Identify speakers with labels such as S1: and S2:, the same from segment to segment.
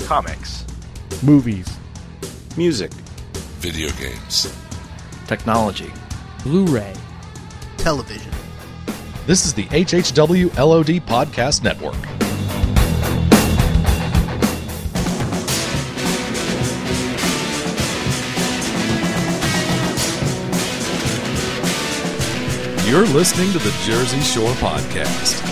S1: comics,
S2: movies,
S3: music,
S4: video games.
S5: technology,
S6: Blu ray.
S7: television.
S8: This is the HHW LOD Podcast Network. You're listening to the Jersey Shore Podcast.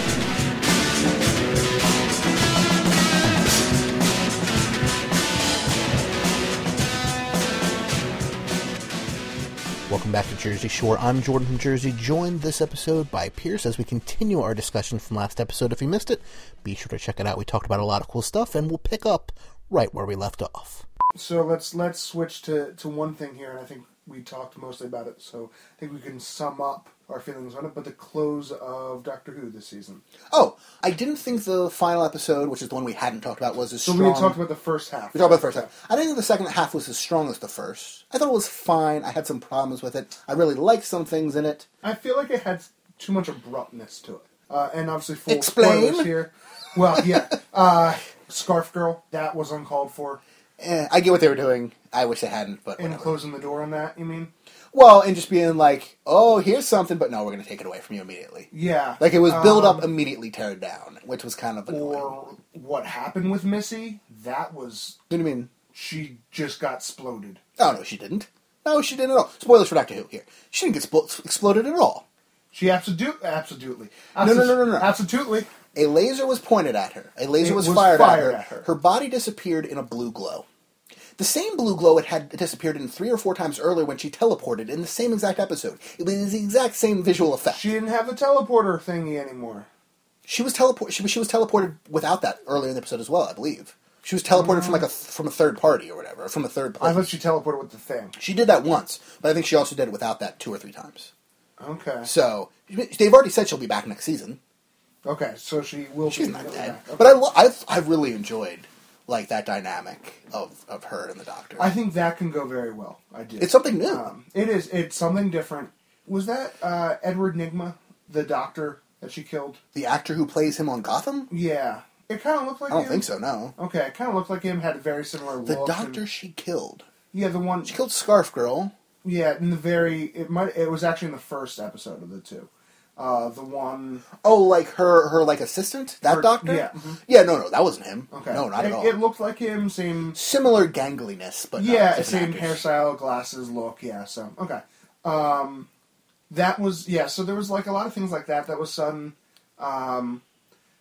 S7: Welcome back to Jersey Shore. I'm Jordan from Jersey, joined this episode by Pierce as we continue our discussion from last episode. If you missed it, be sure to check it out. We talked about a lot of cool stuff, and we'll pick up right where we left off.
S9: So let's let's switch to, to one thing here, and I think we talked mostly about it. So I think we can sum up our feelings on it. But the close of Doctor Who this season.
S7: Oh, I didn't think the final episode, which is the one we hadn't talked about, was as
S9: So
S7: strong.
S9: we talked about the first half.
S7: We talked about the first half. I didn't think the second half was as strong as the first. I thought it was fine. I had some problems with it. I really liked some things in it.
S9: I feel like it had too much abruptness to it, uh, and obviously full
S7: Explain.
S9: spoilers here. Well, yeah, uh, Scarf Girl that was uncalled for,
S7: Eh, I get what they were doing. I wish they hadn't, but
S9: and
S7: whatever.
S9: closing the door on that. You mean?
S7: well, and just being like, "Oh, here's something," but no, we're going to take it away from you immediately.
S9: Yeah,
S7: Like it was build
S9: Um,
S7: up, immediately tear down, which was kind of annoying.
S9: or what happened with Missy. That was
S7: What do you mean?
S9: she just got exploded.
S7: Oh no, she didn't. No, she didn't at all. Spoilers for Doctor Who here. She didn't get spl- exploded at all.
S9: She absolutely, absolutely,
S7: no, no, no, no.
S9: absolutely.
S7: A laser was pointed at her. A laser
S9: It
S7: was,
S9: was
S7: fired,
S9: fired
S7: at,
S9: at
S7: her.
S9: her.
S7: Her body disappeared in a blue glow. The same blue glow it had disappeared in three or four times earlier when she teleported in the same exact episode. It was the exact same visual effect.
S9: She didn't have the teleporter thingy anymore.
S7: She was teleport. She, was- she was teleported without that earlier in the episode as well, I believe. She was teleported from like a from a third party or whatever, from a third.
S9: Mm. I
S7: Party.
S9: thought she teleported with the thing.
S7: She did that once, but I think she also did it without that two or three times.
S9: Okay.
S7: So they've already said she'll be back next season.
S9: Okay, so she will.
S7: She's
S9: be
S7: not
S9: really
S7: dead,
S9: back. Okay.
S7: but I, lo- I I really enjoyed like that dynamic of, of her and the Doctor.
S9: I think that can go very well. I do.
S7: it's something new.
S9: Um, it is. It's something different. Was that uh, Edward Nigma, the doctor that she killed?
S7: the actor who plays him on Gotham,
S9: Yeah. Oh, It kind of looked like.
S7: I don't
S9: him.
S7: think so. No,
S9: Okay, it kind of looked like him. Had a very similar look.
S7: the
S9: and-
S7: Doctor she killed.
S9: yeah, the one.
S7: She killed Scarf Girl.
S9: Yeah, in the very. It might. It was actually in the first episode of the two. Uh, the one.
S7: Oh, like her her like assistant. That
S9: Her-
S7: Doctor.
S9: yeah, mhm.
S7: Yeah. No, no, that wasn't him.
S9: Okay.
S7: No, not
S9: it,
S7: at all.
S9: It looked like him. Same.
S7: Similar gangliness, but not
S9: yeah,
S7: different
S9: same
S7: actors.
S9: hairstyle, glasses, look. Yeah, so okay. Um, that was yeah. So there was like a lot of things like that. That was sudden. Um,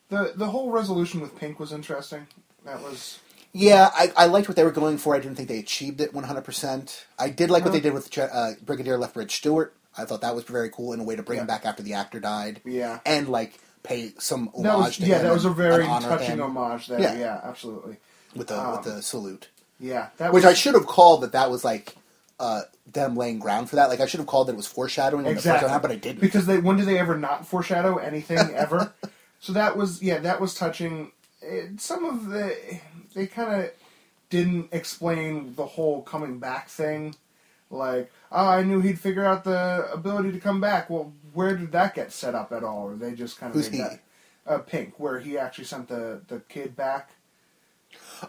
S9: the the whole resolution with Pink was interesting. That was
S7: Yeah, I, I liked what they were going for. I didn't think they achieved it 100%. I did like what
S9: Uh-huh.
S7: they did with Ch- uh, Brigadier Lethbridge Stewart. I thought that was very cool in a way to bring him
S9: Yeah.
S7: back after the actor died.
S9: Yeah.
S7: And, like, pay some homage
S9: that was
S7: to
S9: yeah.
S7: him
S9: That was a
S7: and-
S9: very
S7: and honor
S9: touching
S7: him
S9: homage. There.
S7: Yeah.
S9: Yeah. absolutely.
S7: With the, with
S9: um,
S7: the salute.
S9: Yeah, that
S7: Which
S9: was,
S7: I should have called that that was, like, uh, them laying ground for that. Like, I should have called that it was foreshadowing when the
S9: exactly.
S7: first time, but I didn't.
S9: because they when do they ever not foreshadow anything ever? so that was yeah. That was touching. It, some of the they kind of didn't explain the whole coming back thing. Like, oh, I knew he'd figure out the ability to come back. Well, where did that get set up at all? Or they just kind of
S7: Who's
S9: made
S7: he?
S9: that uh, pink, where he actually sent the the kid back.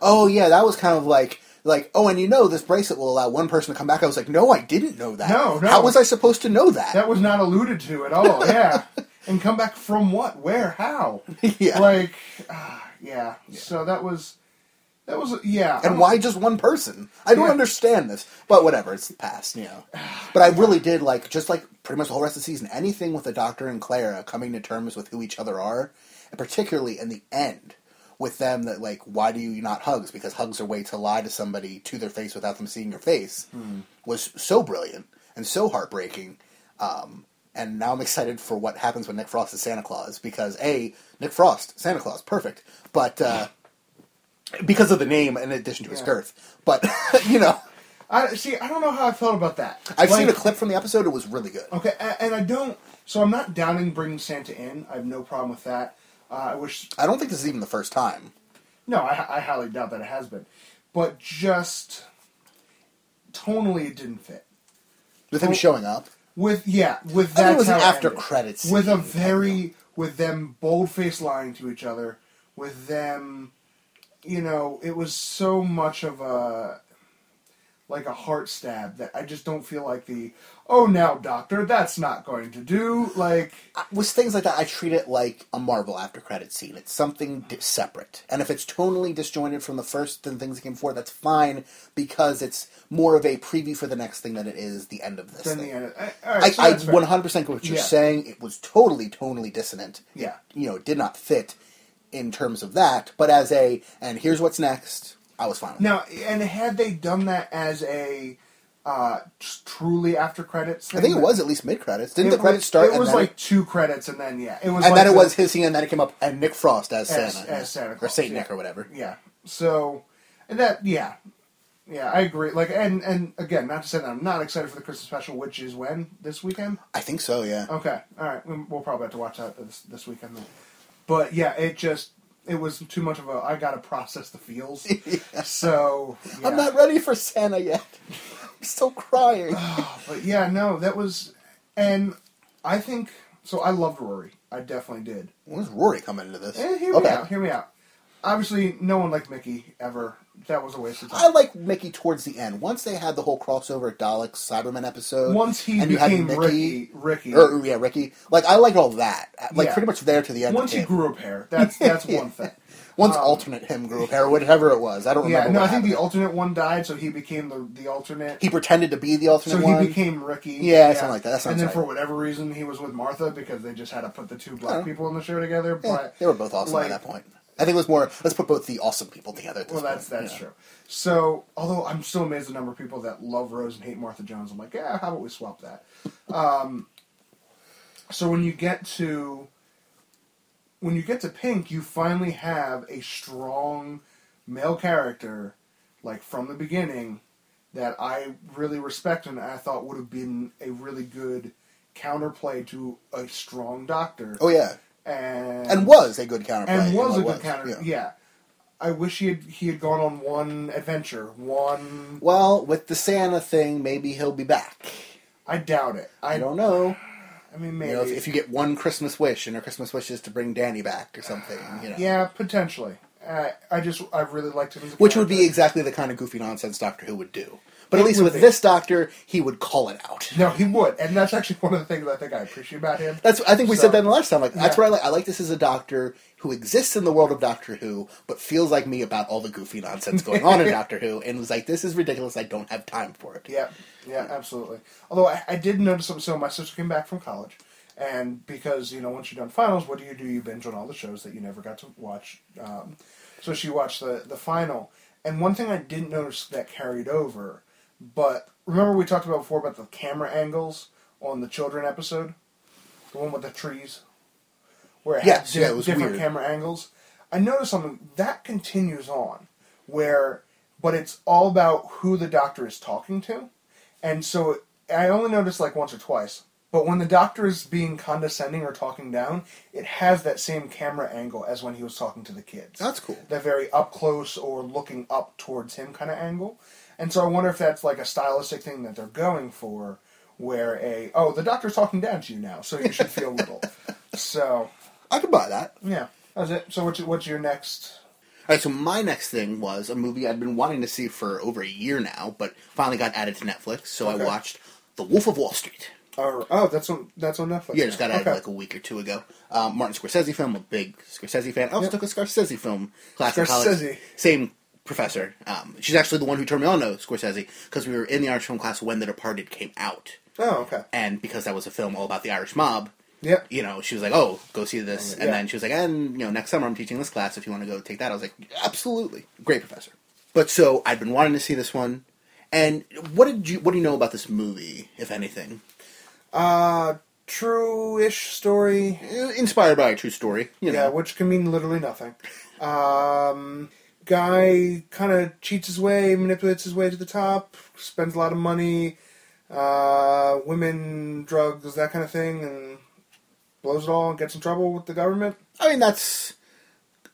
S7: oh, yeah, that was kind of like... Like, oh, and you know this bracelet will allow one person to come back. I was like, no, I didn't know that.
S9: No, no.
S7: How was I supposed to know that?
S9: That was not alluded to at all. Yeah, and come back from what? Where? How?
S7: Yeah.
S9: Like, ah, yeah. So that was that was yeah.
S7: And why just one person? I don't
S9: Yeah.
S7: understand this. But whatever, it's the past, you know. But I really did like just like pretty much the whole rest of the season, anything with the Doctor and Clara coming to terms with who each other are, and particularly in the end with them that like why do you not hugs because hugs are a way to lie to somebody to their face without them seeing your face was so brilliant and so heartbreaking um, and now I'm excited for what happens when Nick Frost is Santa Claus because a Nick Frost Santa Claus perfect but uh, because of the name in addition to his
S9: Yeah.
S7: girth. But you know,
S9: I see. I don't know how I felt about that.
S7: I've
S9: Like,
S7: seen a clip from the episode. It was really good.
S9: Okay, a- and I don't. So I'm not downing bringing Santa in. I have no problem with that. Uh, I wish.
S7: I don't think this is even the first time.
S9: No, I, I highly doubt that it has been. But just tonally, it didn't fit.
S7: With him
S9: Oh.
S7: showing up,
S9: With yeah, with
S7: I think
S9: that
S7: it was an after
S9: ended.
S7: credits
S9: with a
S7: scene, I
S9: very with them bold faced lying to each other, with them you know, it was so much of a like a heart stab that I just don't feel like the oh now doctor that's not going to do like
S7: with things like that, I treat it like a Marvel after credit scene. It's something di- separate, and if it's tonally disjointed from the first and things that came before, that's fine because it's more of a preview for the next thing than it is the end of this.
S9: then
S7: thing.
S9: the end. I, all right,
S7: I,
S9: so
S7: I
S9: that's fair.
S7: 100% get what you're
S9: Yeah.
S7: saying. It was totally tonally dissonant. It,
S9: Yeah.
S7: you know, it did not fit in terms of that, but as a and here's what's next, I was fine. With it.
S9: Now, and had they done that as a uh, t- truly after credits,
S7: I think it
S9: thing,
S7: was at least mid credits. Didn't
S9: it
S7: the credits
S9: was-
S7: start?
S9: It was
S7: and then
S9: like two credits, and then yeah, it was.
S7: and
S9: like
S7: then it
S9: the-
S7: was his scene, and then it came up and Nick Frost as,
S9: As-
S7: Santa,
S9: as Santa
S7: or
S9: Claus,
S7: Saint
S9: yeah.
S7: Nick or whatever.
S9: yeah. So, and that yeah, yeah, I agree. Like, and and again, not to say that I'm not excited for the Christmas special, which is when this weekend.
S7: I think so. Yeah.
S9: Okay, all right, we- we'll probably have to watch that this, this weekend. Then. But yeah, it just it was too much of a. I got to process the feels. So yeah.
S7: I'm not ready for Santa yet. I'm still crying.
S9: But yeah, no, that was, and I think so. I loved Rory. I definitely did.
S7: When's Rory coming into this?
S9: Eh, hear me out. Hear me out. Obviously, no one liked Mickey ever. That was a waste of
S7: I
S9: time.
S7: like Mickey towards the end. Once they had the whole crossover Dalek Cyberman episode,
S9: Once he
S7: and you had
S9: became
S7: Mickey,
S9: Ricky, Ricky.
S7: or yeah, Ricky. Like I like all that. Like
S9: Yeah.
S7: pretty much there to the end.
S9: Once
S7: of
S9: he
S7: him.
S9: grew a pair, that's that's one thing. Um,
S7: once alternate him grew up, or whatever it was. I don't
S9: Yeah,
S7: remember.
S9: no,
S7: what
S9: I think the
S7: happened.
S9: alternate one died, so he became the the alternate.
S7: he pretended to be the alternate
S9: so he
S7: one.
S9: became Ricky.
S7: Yeah, something like that. That sounds
S9: and then
S7: right.
S9: for whatever reason, he was with Martha because they just had to put the two
S7: I
S9: black
S7: don't know.
S9: people in the show together.
S7: Eh,
S9: But
S7: they were both awesome
S9: like,
S7: at that point. I think it was more. Let's put both the awesome people together. At this
S9: Well, that's
S7: point,
S9: that's
S7: yeah.
S9: true. So, although I'm still amazed at the number of people that love Rose and hate Martha Jones, I'm like, yeah, how about we swap that? Um, so when you get to when you get to Pink, you finally have a strong male character, like from the beginning, that I really respect and I thought would have been a really good counterplay to a strong doctor.
S7: Oh yeah,
S9: and
S7: and was a good counterplay.
S9: and was
S7: It
S9: a good counter. Yeah. I wish he had he had gone on one adventure. One,
S7: Well, with the Santa thing, maybe he'll be back.
S9: I doubt it. I,
S7: I don't know.
S9: I mean, maybe.
S7: You know, if, if you get one Christmas wish and her Christmas wish is to bring Danny back or something, you know.
S9: yeah, potentially. Uh, I just I really liked him. As a
S7: Which would be
S9: character.
S7: exactly the kind of goofy nonsense Doctor Who would do. But
S9: It
S7: at least
S9: would
S7: with
S9: be.
S7: this Doctor, he would call it out.
S9: no, he would, and that's actually one of the things I think I appreciate about him.
S7: That's I think we
S9: So-
S7: said that in the last time. Like that's
S9: Yeah.
S7: what I like. I like this as a doctor who exists in the world of Doctor Who, but feels like me about all the goofy nonsense going on in Doctor Who, and was like, "This is ridiculous. I don't have time for it."
S9: Yeah, yeah, absolutely. Although I, I did notice something. So my sister came back from college, and because you know once you're done finals, what do you do? You binge on all the shows that you never got to watch. Um, so she watched the the final, and one thing I didn't notice that carried over, but remember we talked about before about the camera angles on the children episode, the one with the trees, where it had
S7: Yes,
S9: di-
S7: yeah, it was
S9: different
S7: weird.
S9: camera angles. I noticed something that continues on, where but it's all about who the doctor is talking to, and so I only noticed like once or twice. But when the doctor is being condescending or talking down, it has that same camera angle as when he was talking to the kids.
S7: That's cool.
S9: That very up close or looking up towards him kind of angle. And so I wonder if that's like a stylistic thing that they're going for, where a oh the doctor's talking down to you now, so you should feel little. So
S7: I could buy that.
S9: yeah, that's it. So what's what's your next?
S7: All right, so my next thing was a movie I'd been wanting to see for over a year now, but finally got added to Netflix. So
S9: Okay.
S7: I watched The Wolf of Wall Street.
S9: Or, oh, that's on that's on Netflix.
S7: Yeah, just got
S9: now.
S7: added like a week or two ago. Um, Martin Scorsese film. I'm a big Scorsese fan. I also
S9: Yep.
S7: took a Scorsese film class in
S9: Scorsese.
S7: college. Same professor. Um, she's actually the one who turned me on to Scorsese because we were in the Irish film class when The Departed came out,
S9: Oh, okay.
S7: and because that was a film all about the Irish mob.
S9: Yep.
S7: You know, she was like, "Oh, go see this," and
S9: Yeah.
S7: then she was like, "And you know, next summer I'm teaching this class. If you want to go take that," I was like, "Absolutely, great professor." But so I'd been wanting to see this one, and what did you what do you know about this movie, if anything?
S9: Uh, true-ish story.
S7: Uh, Inspired by a true story, you know.
S9: Yeah, Uh, which can mean literally nothing. Um, guy kind of cheats his way, manipulates his way to the top, spends a lot of money, uh, women, drugs, that kind of thing, and blows it all and gets in trouble with the government.
S7: I mean, that's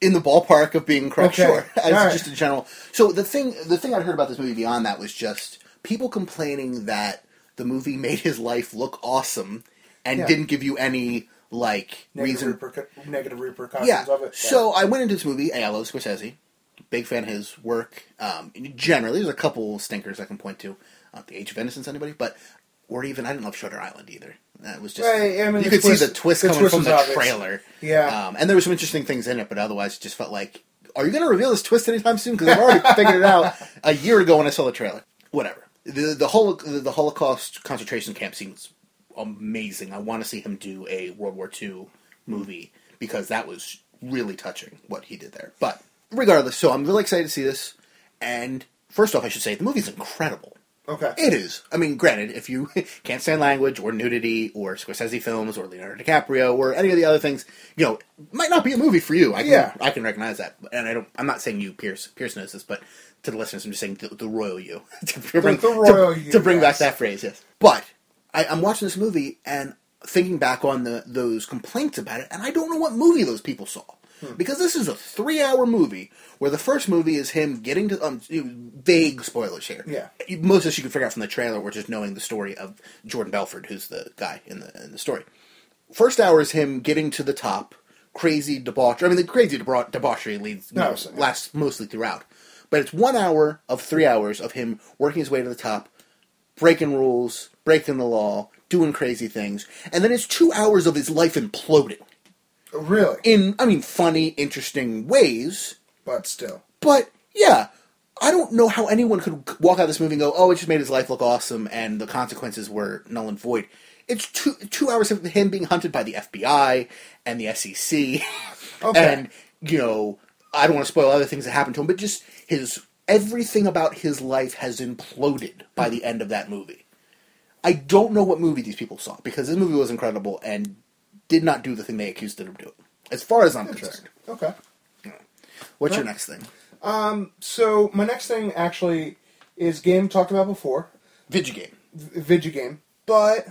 S7: in the ballpark of being correct.
S9: Okay.
S7: Sure, as
S9: All right.
S7: just a general. So the thing, the thing I'd heard about this movie beyond that was just people complaining that the movie made his life look awesome and
S9: Yeah.
S7: didn't give you any like
S9: Negative,
S7: reason.
S9: repercu- negative repercussions
S7: Yeah.
S9: of it.
S7: So I went into this movie. Hey, I love Scorsese. Big fan of his work. Um, generally, there's a couple stinkers I can point to. Not the Age of Innocence, anybody, but or even I didn't love Shutter Island either. That was just
S9: Right, I mean, the
S7: you could see
S9: twist-
S7: the twist
S9: the
S7: coming
S9: twist
S7: from
S9: was
S7: the
S9: obvious.
S7: trailer.
S9: Yeah.
S7: um, and there were some interesting things in it, but otherwise, it just felt like, are you going to reveal this twist anytime soon? Because I've already figured it out a year ago when I saw the trailer. Whatever. the the whole the Holocaust concentration camp scene's amazing. I want to see him do a World War II movie because that was really touching what he did there. But regardless, so I'm really excited to see this. And first off, I should say the movie's incredible.
S9: Okay.
S7: It is. I mean, granted, if you can't stand language or nudity or Scorsese films or Leonardo DiCaprio or any of the other things, you know, it might not be a movie for you. I can,
S9: Yeah.
S7: I can recognize that, and I don't. I'm not saying you, Pierce. Pierce knows this, but to the listeners, I'm just saying the, the royal you. to bring,
S9: the royal
S7: to,
S9: you,
S7: to bring back
S9: yes.
S7: that phrase, yes. But I, I'm watching this movie and thinking back on the those complaints about it, and I don't know what movie those people saw.
S9: Hmm.
S7: Because this is a three-hour movie, where the first movie is him getting to um, you know, vague spoilers here
S9: Yeah.
S7: most of this you can figure out from the trailer or just knowing the story of Jordan Belford, who's the guy in the in the story. First hour is him getting to the top, crazy debauchery. I mean, the crazy debau- debauchery leads you
S9: No,
S7: know,
S9: it's-
S7: lasts mostly throughout, but it's one hour of three hours of him working his way to the top, breaking rules, breaking the law, doing crazy things, and then it's two hours of his life imploding
S9: Really?
S7: in I mean, funny, interesting ways.
S9: but still.
S7: But yeah, I don't know how anyone could walk out of this movie and go, "Oh, it just made his life look awesome," and the consequences were null and void. It's two two hours of him being hunted by the FBI and the SEC,
S9: Okay.
S7: and you know, I don't want to spoil other things that happened to him, but just his everything about his life has imploded by the end of that movie. I don't know what movie these people saw because this movie was incredible and did not do the thing they accused it of doing. As far as I'm concerned,
S9: Okay.
S7: what's your next thing?
S9: So my next thing actually is game talked about before,
S7: Video game.
S9: v- video game, but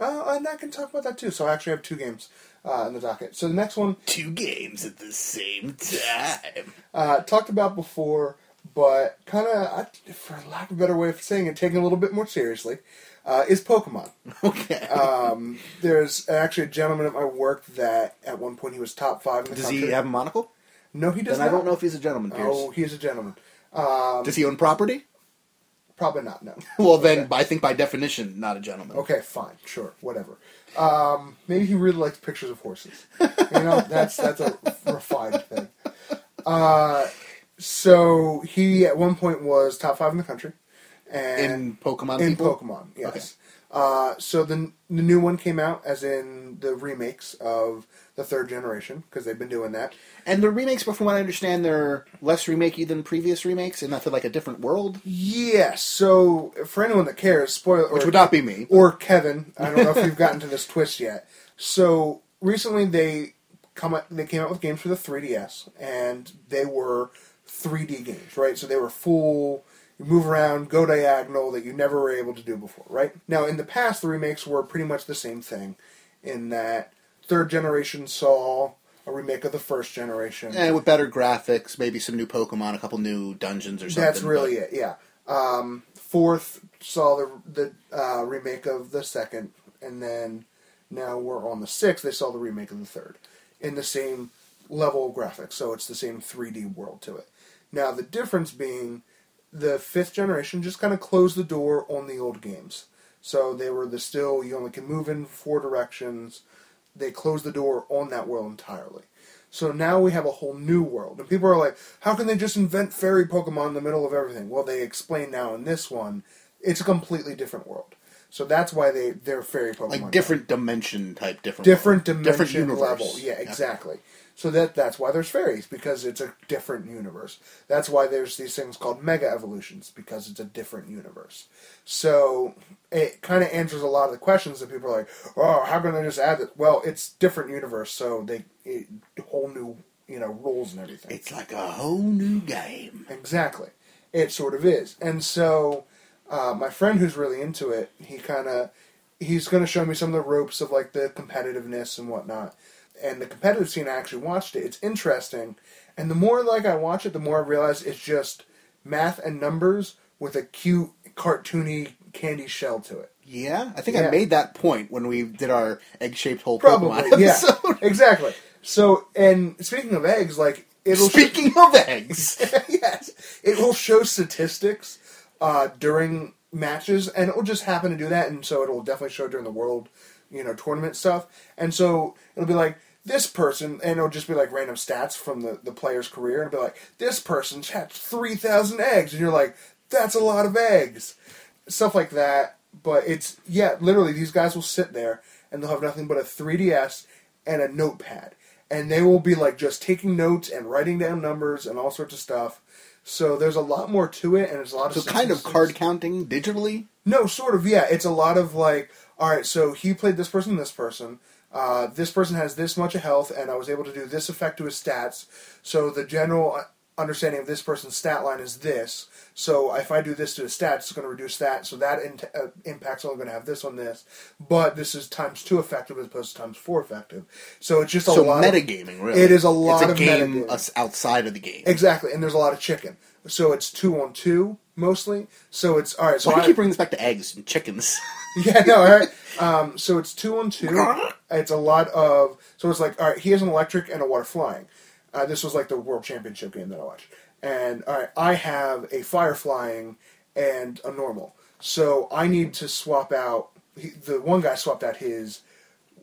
S9: uh, and I can talk about that too. So I actually have two games uh, in the docket. So the next one
S7: two games at the same time.
S9: uh, talked about before, but kind of, for lack of a better way of saying it, taken a little bit more seriously, uh, is Pokemon. Um,
S7: Okay.
S9: There's actually a gentleman at my work that at one point he was top five in the
S7: does
S9: country.
S7: he have a monocle?
S9: No, he does
S7: Then
S9: not.
S7: I don't know if he's a gentleman, Pierce.
S9: Oh, um, he's a gentleman.
S7: does he own property?
S9: Probably not. No.
S7: Well, then I think by definition, not a gentleman.
S9: Okay, fine, sure, whatever. Um, maybe he really likes pictures of horses. You know, that's that's a refined thing. Uh, so he at one point was top five in the country, and
S7: In Pokemon
S9: in
S7: people?
S9: Pokemon, yes. Uh, so the the new one came out, as in the remakes of the third generation, because they've been doing that.
S7: And the remakes, but from what I understand, they're less remakey than previous remakes, and that's like a different world,
S9: Yes. So for anyone that cares, spoiler
S7: which
S9: or-
S7: would not be me.
S9: or Kevin. I don't know if we've gotten to this twist yet. So recently they come up, they came out with games for the 3DS, and they were 3D games, right? So they were full. You move around, go diagonal that you never were able to do before, right? Now in the past, the remakes were pretty much the same thing, in that third generation saw a remake of the first generation.
S7: And Eh, with better graphics, maybe some new Pokemon, a couple new dungeons or something.
S9: That's really it, yeah. Um, fourth saw the the uh, remake of the second, and then now we're on the sixth. They saw the remake of the third in the same level of graphics, so it's the same 3D world to it. Now the difference being the fifth generation just kind of closed the door on the old games, so they were the still you only can move in four directions. They closed the door on that world entirely. So now we have a whole new world. And people are like, how can they just invent fairy Pokemon in the middle of everything? Well, they explain now in this one, it's a completely different world. So that's why they, they're fairy Pokemon.
S7: Like
S9: now.
S7: different dimension type, different
S9: Different
S7: world.
S9: dimension
S7: universe.
S9: level. Yeah, exactly. So that that's why there's fairies, because it's a different universe. That's why there's these things called mega evolutions, because it's a different universe. So it kind of answers a lot of the questions that people are like, oh, how can they just add it? Well, it's different universe, so they it, whole new you know rules and everything.
S7: It's like a whole new game.
S9: Exactly. It sort of is. And so, uh, my friend who's really into it, he kind of, he's going to show me some of the ropes of like the competitiveness and whatnot. And the competitive scene, I actually watched it. It's interesting. And the more like I watch it, the more I realize it's just math and numbers with a cute, cartoony candy shell to it.
S7: Yeah, I think I
S9: Yeah.
S7: made that point when we did our egg-shaped hole
S9: Probably,
S7: Pokemon
S9: yeah,
S7: episode.
S9: exactly. So, and speaking of eggs, like it'll
S7: Speaking of eggs,
S9: yes, it will show statistics uh, during matches, and it will just happen to do that, and so it will definitely show during the world, you know, tournament stuff, and so it'll be like this person, and it'll just be like random stats from the the player's career, and it'll be like this person's hatched three thousand eggs, and you're like, that's a lot of eggs, stuff like that. But it's yeah, literally these guys will sit there and they'll have nothing but a 3ds and a notepad. And they will be like just taking notes and writing down numbers and all sorts of stuff. So there's a lot more to it, and it's a lot of
S7: so kind of
S9: statistics.
S7: card counting digitally.
S9: No, sort of. Yeah, it's a lot of like, all right, so he played this person, this person. Uh, this person has this much of health, and I was able to do this effect to his stats. So the general uh, understanding of this person's stat line is this. So if I do this to the stats, it's going to reduce that. So that in- uh, impact's only going to have this on this. But this is times two effective as opposed to times four effective. So it's just a
S7: So
S9: lot. of-
S7: metagaming, really.
S9: It is a lot
S7: It's a
S9: of
S7: game
S9: metagaming.
S7: us- outside of the game.
S9: Exactly, and there's a lot of chicken. So it's two on two mostly. So it's all right. So
S7: Why do
S9: I-
S7: you keep bringing this back to eggs and chickens?
S9: yeah, no, all right. Um, so it's two on two. It's a lot of so it's like all right. He has an electric and a water flying. Uh, this was like the world championship game that I watched. And all right, I have a fire flying and a normal. So I need to swap out. He, the one guy swapped out his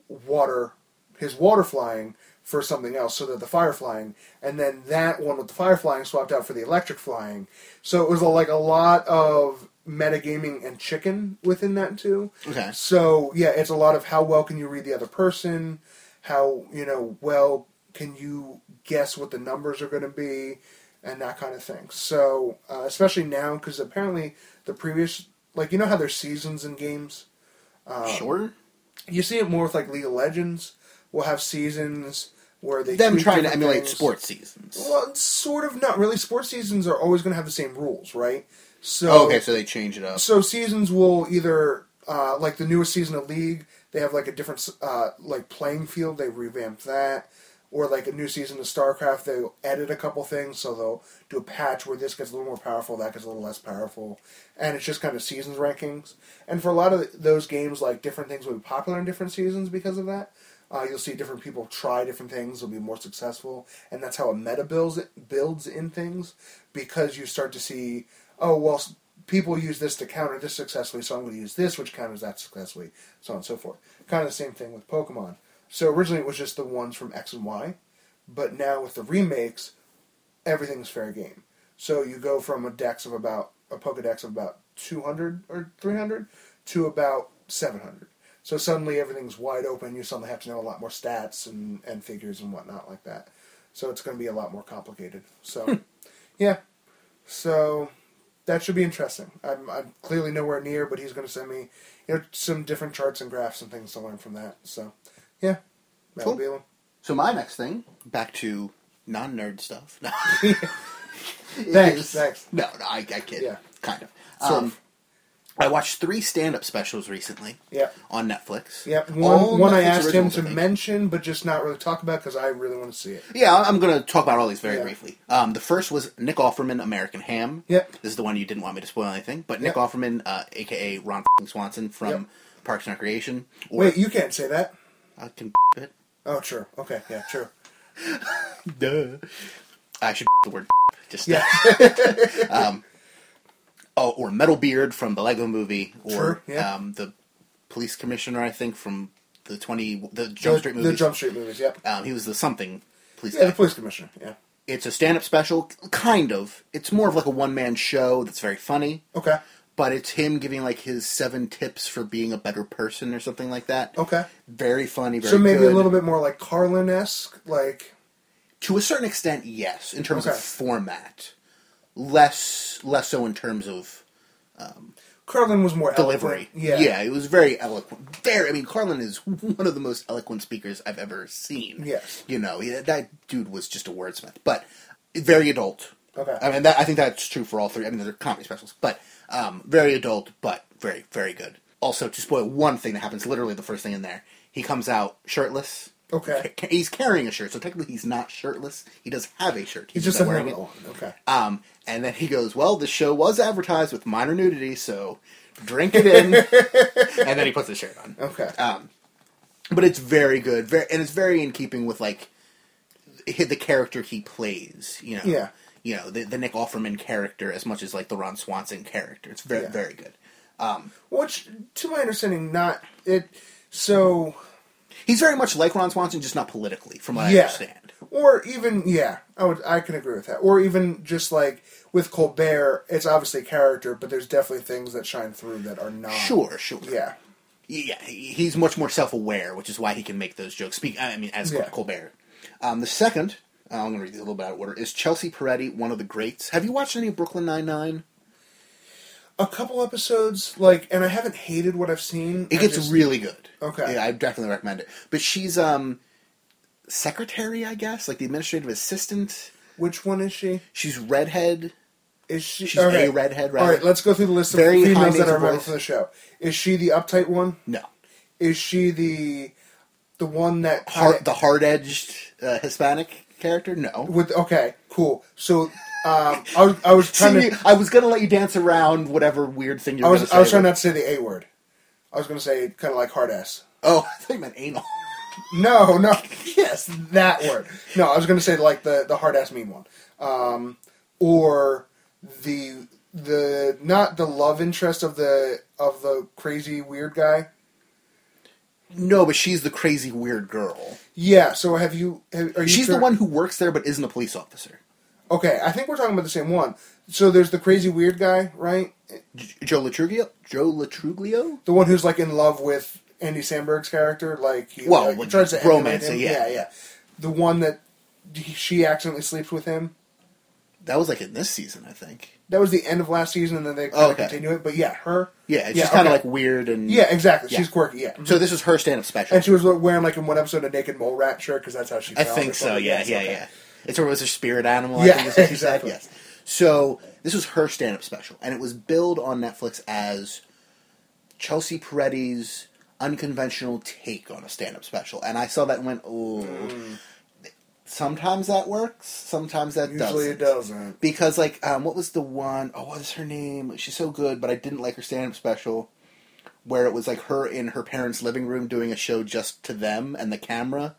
S9: water, his water flying for something else, so that the fire flying, and then that one with the fire flying swapped out for the electric flying. So it was like a lot of metagaming and chicken within that too.
S7: Okay.
S9: So yeah, it's a lot of how well can you read the other person, how you know well can you guess what the numbers are going to be, and that kind of thing. So uh, especially now, because apparently the previous, like you know how there's seasons in games
S7: sure.
S9: you see it more with like League of Legends. We'll have seasons where they
S7: Them
S9: tweak
S7: trying to
S9: different
S7: emulate
S9: things.
S7: sports seasons.
S9: Well, it's sort of not really. Sports seasons are always going to have the same rules, right? So
S7: Oh, okay, so they change it up.
S9: so seasons will either uh, like the newest season of League, they have like a different uh, like playing field. They revamped that, or like a new season of StarCraft, they'll edit a couple things. So they'll do a patch where this gets a little more powerful, that gets a little less powerful, and it's just kind of seasons rankings. And for a lot of those games, like different things will be popular in different seasons because of that. Uh, you'll see different people try different things; will be more successful, and that's how a meta builds builds in things because you start to see, oh well, s- people use this to counter this successfully, so I'm going to use this, which counters that successfully, so on and so forth. Kind of the same thing with Pokemon. So originally it was just the ones from X and Y, but now with the remakes, everything's fair game. So you go from a dex of about a Pokedex of about 200 or 300 to about 700. So suddenly everything's wide open. You suddenly have to know a lot more stats and, and figures and whatnot like that. So it's going to be a lot more complicated.
S7: Hmm.
S9: So, yeah. So that should be interesting. I'm, I'm clearly nowhere near, but he's going to send me you know some different charts and graphs and things to learn from that. So, yeah, that'll
S7: Cool.
S9: be one.
S7: So my next thing, back to non-nerd stuff. No.
S9: Thanks,
S7: Is-
S9: thanks.
S7: No, no, I, I kid.
S9: Yeah.
S7: Kind of.
S9: Sort
S7: Um,
S9: of.
S7: I watched three stand-up specials recently.
S9: Yeah.
S7: On Netflix.
S9: Yep, one,
S7: All
S9: one I
S7: Netflix
S9: asked him
S7: originals, I
S9: to
S7: think.
S9: mention, but just not really talk about because I really want to see it.
S7: Yeah, I- I'm going to talk about all these very
S9: Yeah.
S7: briefly. Um, the first was Nick Offerman, American Ham.
S9: Yep.
S7: This is the one you didn't want me to spoil anything, but Nick
S9: Yep.
S7: Offerman, uh, aka Ron Swanson from
S9: Yep.
S7: Parks and Recreation. Or,
S9: Wait, you can't say that.
S7: I can it.
S9: Oh, sure. Okay, yeah, sure.
S7: Duh. I should the word just Um,
S9: Yeah,
S7: Oh, or Metal Beard from the Lego Movie, or
S9: Sure, yeah.
S7: um, the police commissioner, I think, from the twenty the Jump
S9: the,
S7: Street
S9: the
S7: movies.
S9: Jump Street movies. Yep.
S7: um, he was the something police.
S9: Yeah, the
S7: guy.
S9: police commissioner. Yeah.
S7: It's a stand-up special, kind of. It's more of like a one-man show that's very funny,
S9: Okay.
S7: but it's him giving like his seven tips for being a better person or something like that.
S9: Okay.
S7: Very funny. Very
S9: So maybe
S7: good.
S9: a little bit more like Carlin esque, like
S7: to a certain extent, yes, in terms of
S9: Okay.
S7: format. Less, less so in terms of
S9: Carlin was more eloquent.
S7: delivery.
S9: Yeah.
S7: yeah, it was very eloquent. Very, I mean, Carlin is one of the most eloquent speakers I've ever seen.
S9: Yes.
S7: you know yeah, that dude was just a wordsmith, but very adult.
S9: Okay.
S7: I mean, that, I think that's true for all three. I mean, they're comedy specials, but um, very adult, but very, very good. Also, to spoil one thing that happens literally the first thing in there, he comes out shirtless.
S9: Okay.
S7: He's carrying a shirt, so technically he's not shirtless. He does have a shirt.
S9: He's just
S7: just not
S9: a
S7: wearing
S9: wearing
S7: it.
S9: on. Okay.
S7: Um, and then he goes, "Well, the show was advertised with minor nudity, so drink it in." and then he puts his shirt on.
S9: Okay.
S7: But it's very good, very, and it's very in keeping with like hit the character he plays. You know,
S9: Yeah.
S7: you know the, the Nick Offerman character as much as like the Ron Swanson character. It's very
S9: Yeah.
S7: very good.
S9: Which, to my understanding, not it. So
S7: He's very much like Ron Swanson, just not politically, from what
S9: yeah,
S7: I understand.
S9: or even yeah, I would I can agree with that. Or even just like with Colbert, it's obviously character, but there's definitely things that shine through that are not.
S7: Sure, sure.
S9: Yeah.
S7: Um, yeah, he- he's much more self-aware, which is why he can make those jokes. Speak, I mean, as Col-
S9: Yeah.
S7: Colbert. Um, the second, uh, I'm going to read these a little bit out of order. Is Chelsea Peretti one of the greats? Have you watched any of Brooklyn Nine Nine?
S9: A couple episodes, like, and I haven't hated what I've seen.
S7: It
S9: I
S7: gets
S9: just-
S7: really good.
S9: Okay.
S7: yeah, I definitely recommend it. But she's um, secretary, I guess, like the administrative assistant.
S9: Which one is she?
S7: She's redhead.
S9: Is she?
S7: She's a redhead,
S9: All
S7: right?
S9: right, let's go through the list of
S7: Very high
S9: females that
S7: nasal
S9: I remember
S7: voice.
S9: for the show. Is she the uptight one?
S7: No,
S9: Is she the the one that
S7: Hard,
S9: kinda-
S7: the hard-edged uh, Hispanic character. No.
S9: with? Okay, cool. So um, I was I was
S7: See,
S9: trying to
S7: I was gonna let you dance around whatever weird thing you're.
S9: I was
S7: gonna say,
S9: I was trying
S7: but-
S9: not to say the A word. I was going to say kind of like hard ass.
S7: Oh, I thought you meant anal.
S9: No, no. Yes, that word. No, I was going to say like the the hard ass mean one, um, or the the not the love interest of the of the crazy weird guy.
S7: No, but she's the crazy weird girl.
S9: Yeah. So have you? Have, are you
S7: She's the
S9: sure-
S7: one who works there but isn't a police officer.
S9: Okay, I think we're talking about the same one. So there's the crazy weird guy, right?
S7: J- Joe Latruglio. Joe Latruglio.
S9: The one who's like in love with Andy Samberg's character, like he
S7: Well,
S9: like,
S7: like,
S9: tries to emulate
S7: romance,
S9: him.
S7: yeah.
S9: yeah, yeah. The one that he- she accidentally sleeps with him.
S7: That was like in this season, I think.
S9: That was the end of last season, and then they kind of
S7: Okay.
S9: continue it. But yeah, her.
S7: Yeah, she's kind
S9: okay.
S7: of like weird and
S9: Yeah, exactly.
S7: Yeah.
S9: She's quirky. Yeah.
S7: So this is her stand-up special.
S9: and she was wearing like in one episode a naked mole rat shirt because that's how she.
S7: I
S9: felt or
S7: think so.
S9: something.
S7: Yeah,
S9: Yes,
S7: yeah,
S9: okay.
S7: yeah. It's her was her spirit animal. I
S9: Yeah,
S7: think is what she
S9: exactly.
S7: said. Yes. So this was her stand-up special, and it was billed on Netflix as Chelsea Peretti's unconventional take on a stand-up special, and I saw that and went, "Oh."
S9: Mm.
S7: Sometimes that works. Sometimes that
S9: Usually
S7: doesn't.
S9: it doesn't.
S7: Because like, um, what was the one oh what was her name? She's so good, but I didn't like her stand-up special, where it was like her in her parents' living room doing a show just to them and the camera.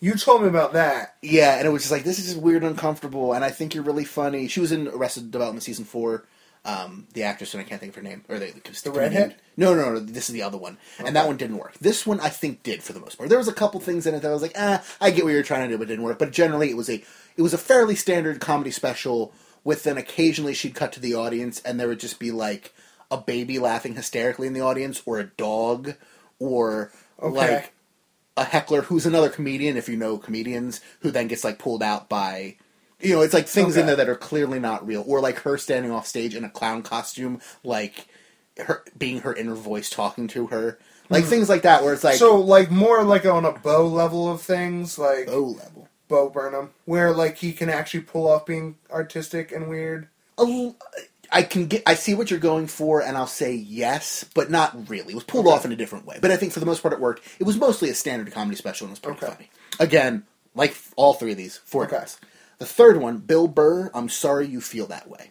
S9: You told me about that.
S7: Yeah, and it was just like this is weird, uncomfortable, and I think you're really funny. She was in Arrested Development season four. Um, the actress, and I can't think of her name, or the, the, the
S9: redhead?
S7: No, no, no. This is the other one, and that one didn't work. This one I think did for the most part. There was a couple things in it that I was like, ah, I get what you're trying to do, but it didn't work. But generally, it was a it was a fairly standard comedy special. With then occasionally she'd cut to the audience, and there would just be like a baby laughing hysterically in the audience, or a dog, or
S9: Okay.
S7: like a heckler who's another comedian, if you know comedians, who then gets like pulled out by, you know, it's like things in
S9: Okay.
S7: there that are clearly not real, or like her standing off stage in a clown costume, like her being her inner voice talking to her, like things like that, where it's like
S9: Hmm. so like more like on a bow level of things, like
S7: low level.
S9: Bo Burnham, where like he can actually pull off being artistic and weird.
S7: A l- I can get, I see what you're going for, and I'll say yes, but not really. It was pulled off in a different way, but I think for the most part it worked. It was mostly a standard comedy special, and it was pretty
S9: Okay.
S7: funny. Again, like all three of these, four
S9: Okay.
S7: guys. The third one, Bill Burr. I'm sorry you feel that way.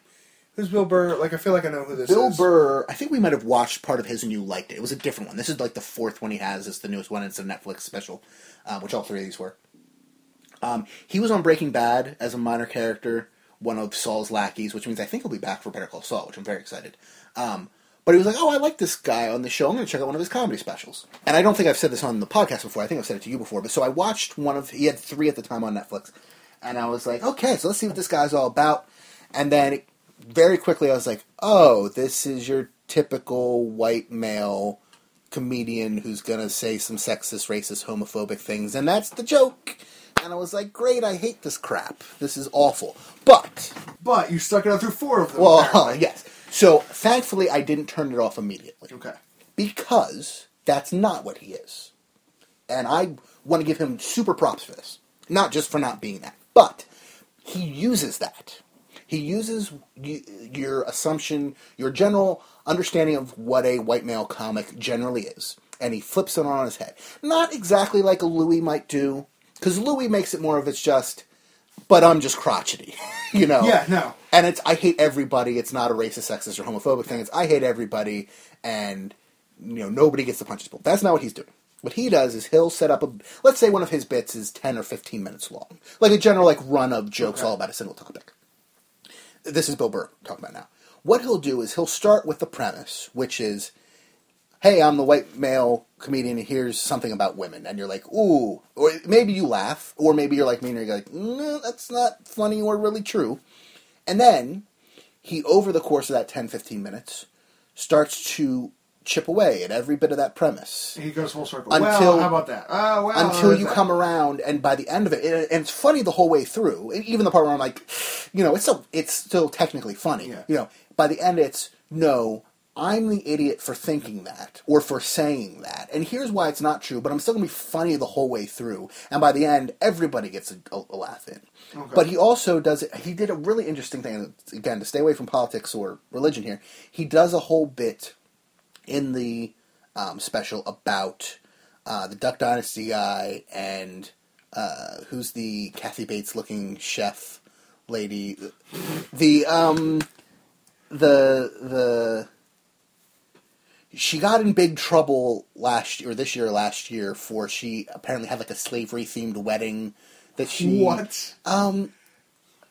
S9: Who's Bill Burr? Like I feel like I know who this
S7: Bill
S9: is.
S7: Burr, I think we might have watched part of his and you liked it. It was a different one. This is like the fourth one he has. It's the newest one. It's a Netflix special, um, which all three of these were. Um, he was on Breaking Bad as a minor character, one of Saul's lackeys, which means I think he'll be back for Better Call Saul, which I'm very excited. Um, but he was like, "Oh, I like this guy on the show. I'm going to check out one of his comedy specials." And I don't think I've said this on the podcast before. I think I've said it to you before. But so I watched one of he had three at the time on Netflix, and I was like, "Okay, so let's see what this guy's all about." And then it, very quickly, I was like, "Oh, this is your typical white male." comedian who's gonna say some sexist, racist, homophobic things, and that's the joke. And I was like, great, I hate this crap. This is awful. But,
S9: But you stuck it out through four of them.
S7: well,
S9: apparently.
S7: yes. So thankfully, I didn't turn it off immediately.
S9: Okay.
S7: Because that's not what he is. And I want to give him super props for this. Not just for not being that, but he uses that. He uses y- your assumption, your general understanding of what a white male comic generally is, and he flips it on his head. Not exactly like a Louis might do, because Louis makes it more of it's just, but I'm just crotchety, you know?
S9: Yeah, no.
S7: And it's I hate everybody. It's not a racist, sexist, or homophobic thing. It's I hate everybody, and you know nobody gets the punches pulled. That's not what he's doing. What he does is he'll set up a let's say one of his bits is 10 or 15 minutes long. Like a general like run of jokes all about a single topic. This is Bill Burr I'm talking about now. What he'll do is he'll start with the premise, which is hey, I'm the white male comedian, and here's something about women. And you're like, ooh. Or maybe you laugh, or maybe you're like me and you're like, no, that's not funny or really true. And then he, over the course of that 10, 15 minutes, starts to chip away at every bit of that premise
S9: He goes full circle.
S7: Until-
S9: well, how about that? Oh, well.
S7: until
S9: how
S7: you
S9: about
S7: come around and by the end of it and- and it's funny the whole way through and even the part where i'm like you know it's still it's still technically funny
S9: Yeah.
S7: you know by the end it's no i'm the idiot for thinking that or for saying that and here's why it's not true but i'm still going to be funny the whole way through and by the end everybody gets a, a- a laugh in but he also does it he did a really interesting thing again to stay away from politics or religion here he does a whole bit in the um, special about uh, the Duck Dynasty guy and uh, who's the Kathy Bates looking chef lady, the um, the the she got in big trouble last year, or this year, or last year, for she apparently had like a slavery themed wedding that she
S9: What?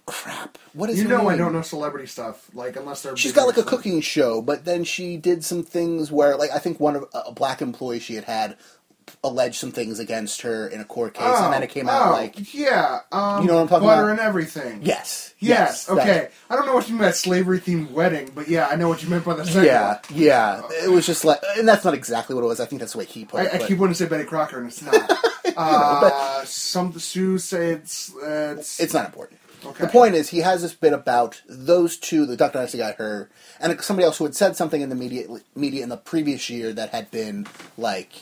S7: crap what is
S9: You
S7: her
S9: know I
S7: name?
S9: don't know celebrity stuff. Like, unless they're.
S7: She's
S9: big
S7: got like a
S9: on-
S7: cooking show, but then she did some things where, like, I think one of a black employee she had had alleged some things against her in a court case,
S9: Oh,
S7: and then it came out
S9: oh,
S7: like,
S9: yeah, um,
S7: You know what I'm talking
S9: butter
S7: about?
S9: and everything.
S7: yes,
S9: Yes.
S7: that-
S9: okay. I don't know what you meant slavery themed wedding, but yeah, I know what you meant by the second
S7: yeah,
S9: one.
S7: yeah. It was just like, and that's not exactly what it was. I think that's the way he put it.
S9: Uh, I, I
S7: but-
S9: keep wanting to say Betty Crocker, and it's not. uh, some Sue said it's, uh, it's,
S7: it's not important.
S9: Okay.
S7: The point is, he has this bit about those two, the Duck Dynasty guy, her, and somebody else who had said something in the media, media in the previous year that had been like,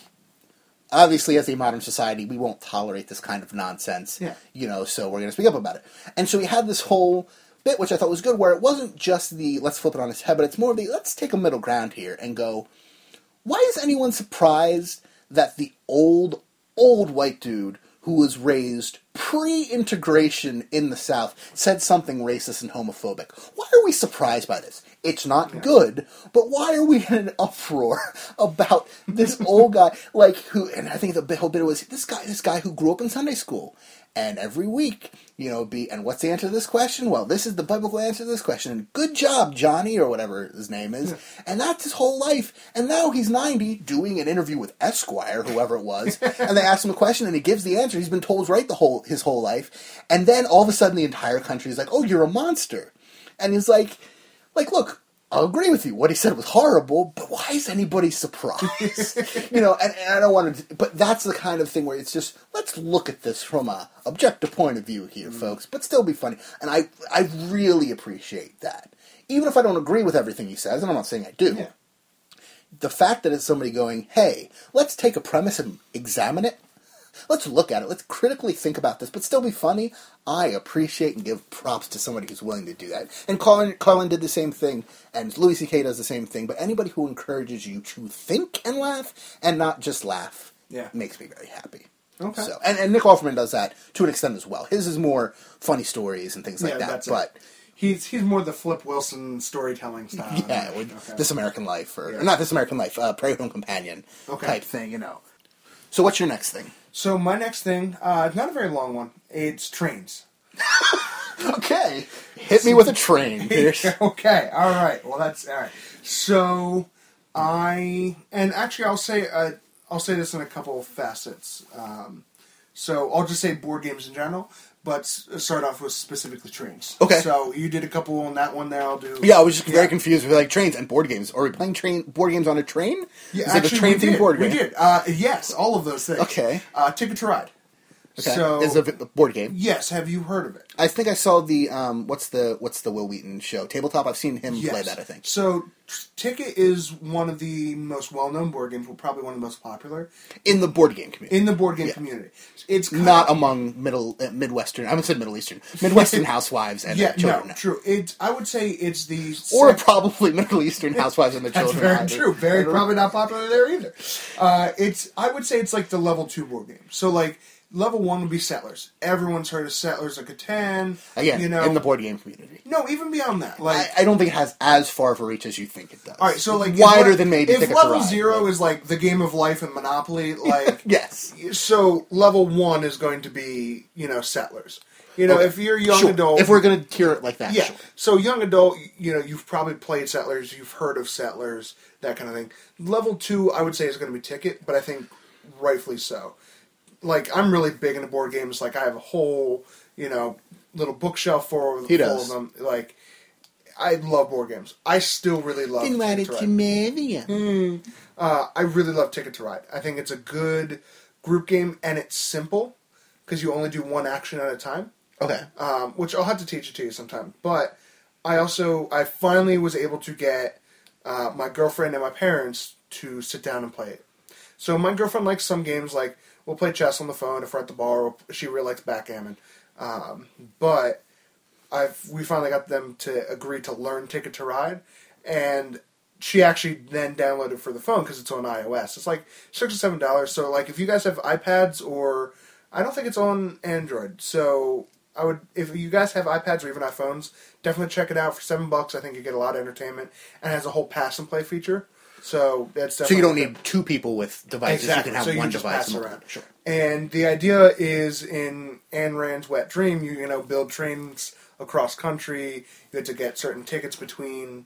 S7: obviously, as a modern society, we won't tolerate this kind of nonsense.
S9: Yeah.
S7: You know, so we're going to speak up about it. And so he had this whole bit, which I thought was good, where it wasn't just the let's flip it on its head, but it's more of the let's take a middle ground here and go, why is anyone surprised that the old, old white dude who was raised pre integration in the South said something racist and homophobic? Why are we surprised by this? It's not good, but why are we in an uproar about this old guy, like who? And I think the bi- whole bit was this guy, this guy who grew up in Sunday school, and every week, you know, be and what's the answer to this question? Well, this is the biblical answer to this question. And good job, Johnny, or whatever his name is. And that's his whole life. And now he's 90 doing an interview with Esquire, whoever it was. and they ask him a question and he gives the answer he's been told is right the whole his whole life. And then all of a sudden the entire country is like, "Oh, you're a monster." And he's like, like, look, I'll agree with you. What he said was horrible, but why is anybody surprised? you know, and, and I don't want to, but that's the kind of thing where it's just let's look at this from a objective point of view here, folks, but still be funny. And I, I really appreciate that, even if I don't agree with everything he says, and I'm not saying I do.
S9: Yeah.
S7: The fact that it's somebody going, hey, let's take a premise and examine it. Let's look at it. Let's critically think about this, but still be funny. I appreciate and give props to somebody who's willing to do that. And Colin, Colin did the same thing, and Louis C.K. does the same thing. But anybody who encourages you to think and laugh and not just laugh
S9: Yeah.
S7: makes me very happy.
S9: Okay.
S7: So, and, and Nick Offerman does that to an extent as well. His is more funny stories and things like
S9: yeah,
S7: that.
S9: that's it.
S7: but
S9: he's he's more the Flip Wilson storytelling style.
S7: yeah, or
S9: Okay.
S7: This American Life, or,
S9: Yeah.
S7: or not This American Life, uh, Prairie Home Companion
S9: Okay.
S7: type thing, you know. So, what's your next thing?
S9: So my next thing, uh, not a very long one. It's trains.
S7: Okay, hit me with a train, Pierce.
S9: okay, all right. Well, that's all right. So I and actually, I'll say uh, I'll say this in a couple of facets. Um, so I'll just say board games in general, but s- start off with specifically trains.
S7: Okay.
S9: So you did a couple on that one. There, I'll do.
S7: Yeah, I was just very
S9: Yeah.
S7: confused with like trains and board games. Are we playing train board games on a train?
S9: Yeah,
S7: Is it a
S9: actually,
S7: train
S9: we
S7: thing
S9: did.
S7: board
S9: we
S7: game?
S9: did. Uh, yes, all of those things.
S7: Okay.
S9: Uh, Ticket to Ride.
S7: Okay.
S9: So
S7: is it a board game.
S9: yes, have you heard of it?
S7: I think I saw the um, what's the what's the Will Wheaton show tabletop. I've seen him play
S9: Yes.
S7: that. I think.
S9: So, T- Ticket is one of the most well-known board games, well, probably one of the most popular
S7: in the board game community.
S9: in the board game community. It's kind
S7: not
S9: of-
S7: among middle uh, midwestern. I haven't said Middle Eastern. Midwestern housewives and uh,
S9: yeah,
S7: children.
S9: no, true. It's I would say it's the
S7: Or
S9: sec-
S7: probably Middle Eastern housewives and the
S9: That's
S7: children.
S9: very
S7: either.
S9: true. Very probably not popular there either. Uh, it's I would say it's like the level two board game. So like level one would be Settlers. Everyone's heard of Settlers of Catan.
S7: Again,
S9: you know,
S7: in the board game community.
S9: no, even beyond that, like
S7: I, I don't think it has as far of a reach as you think it does.
S9: All right, so like
S7: wider
S9: if,
S7: than maybe.
S9: If
S7: Ticket to
S9: level
S7: Ride,
S9: zero
S7: but-
S9: is like the game of life and Monopoly, like
S7: yes,
S9: so level one is going to be you know settlers. You know,
S7: Okay.
S9: if you're a young
S7: Sure.
S9: adult,
S7: If we're gonna tier it like that,
S9: yeah.
S7: sure.
S9: So young adult, you know, you've probably played settlers, you've heard of settlers, that kind of thing. Level two, I would say, is going to be ticket, but I think rightfully so. Like I'm really big into board games. Like I have a whole you know little bookshelf full of,
S7: He
S9: full
S7: does.
S9: of them. Like I love board games. I still really love.
S7: Then why
S9: Ticket
S7: did
S9: to
S7: you
S9: Ride.
S7: marry him?
S9: Uh, I really love Ticket to Ride. I think it's a good group game and it's simple because you only do one action at a time,
S7: Okay.
S9: um, which I'll have to teach it to you sometime. But I also I finally was able to get uh, my girlfriend and my parents to sit down and play it. So my girlfriend likes some games like we'll play chess on the phone if we're at the bar. Or she really likes backgammon, um, but I've we finally got them to agree to learn Ticket to Ride, and she actually then downloaded for the phone because it's on iOS. It's like six or seven dollars. So like if you guys have iPads or I don't think it's on Android. So I would if you guys have iPads or even iPhones, definitely check it out for seven bucks. I think you get a lot of entertainment and it has a whole pass and play feature. So that's
S7: So you
S9: definitely
S7: don't need two people with devices.
S9: Exactly.
S7: You can have
S9: so you
S7: one
S9: can just
S7: device.
S9: pass
S7: and-
S9: around.
S7: Sure.
S9: And the idea is in Ayn Rand's Wet Dream, you, you know, build trains across country. You had to get certain tickets between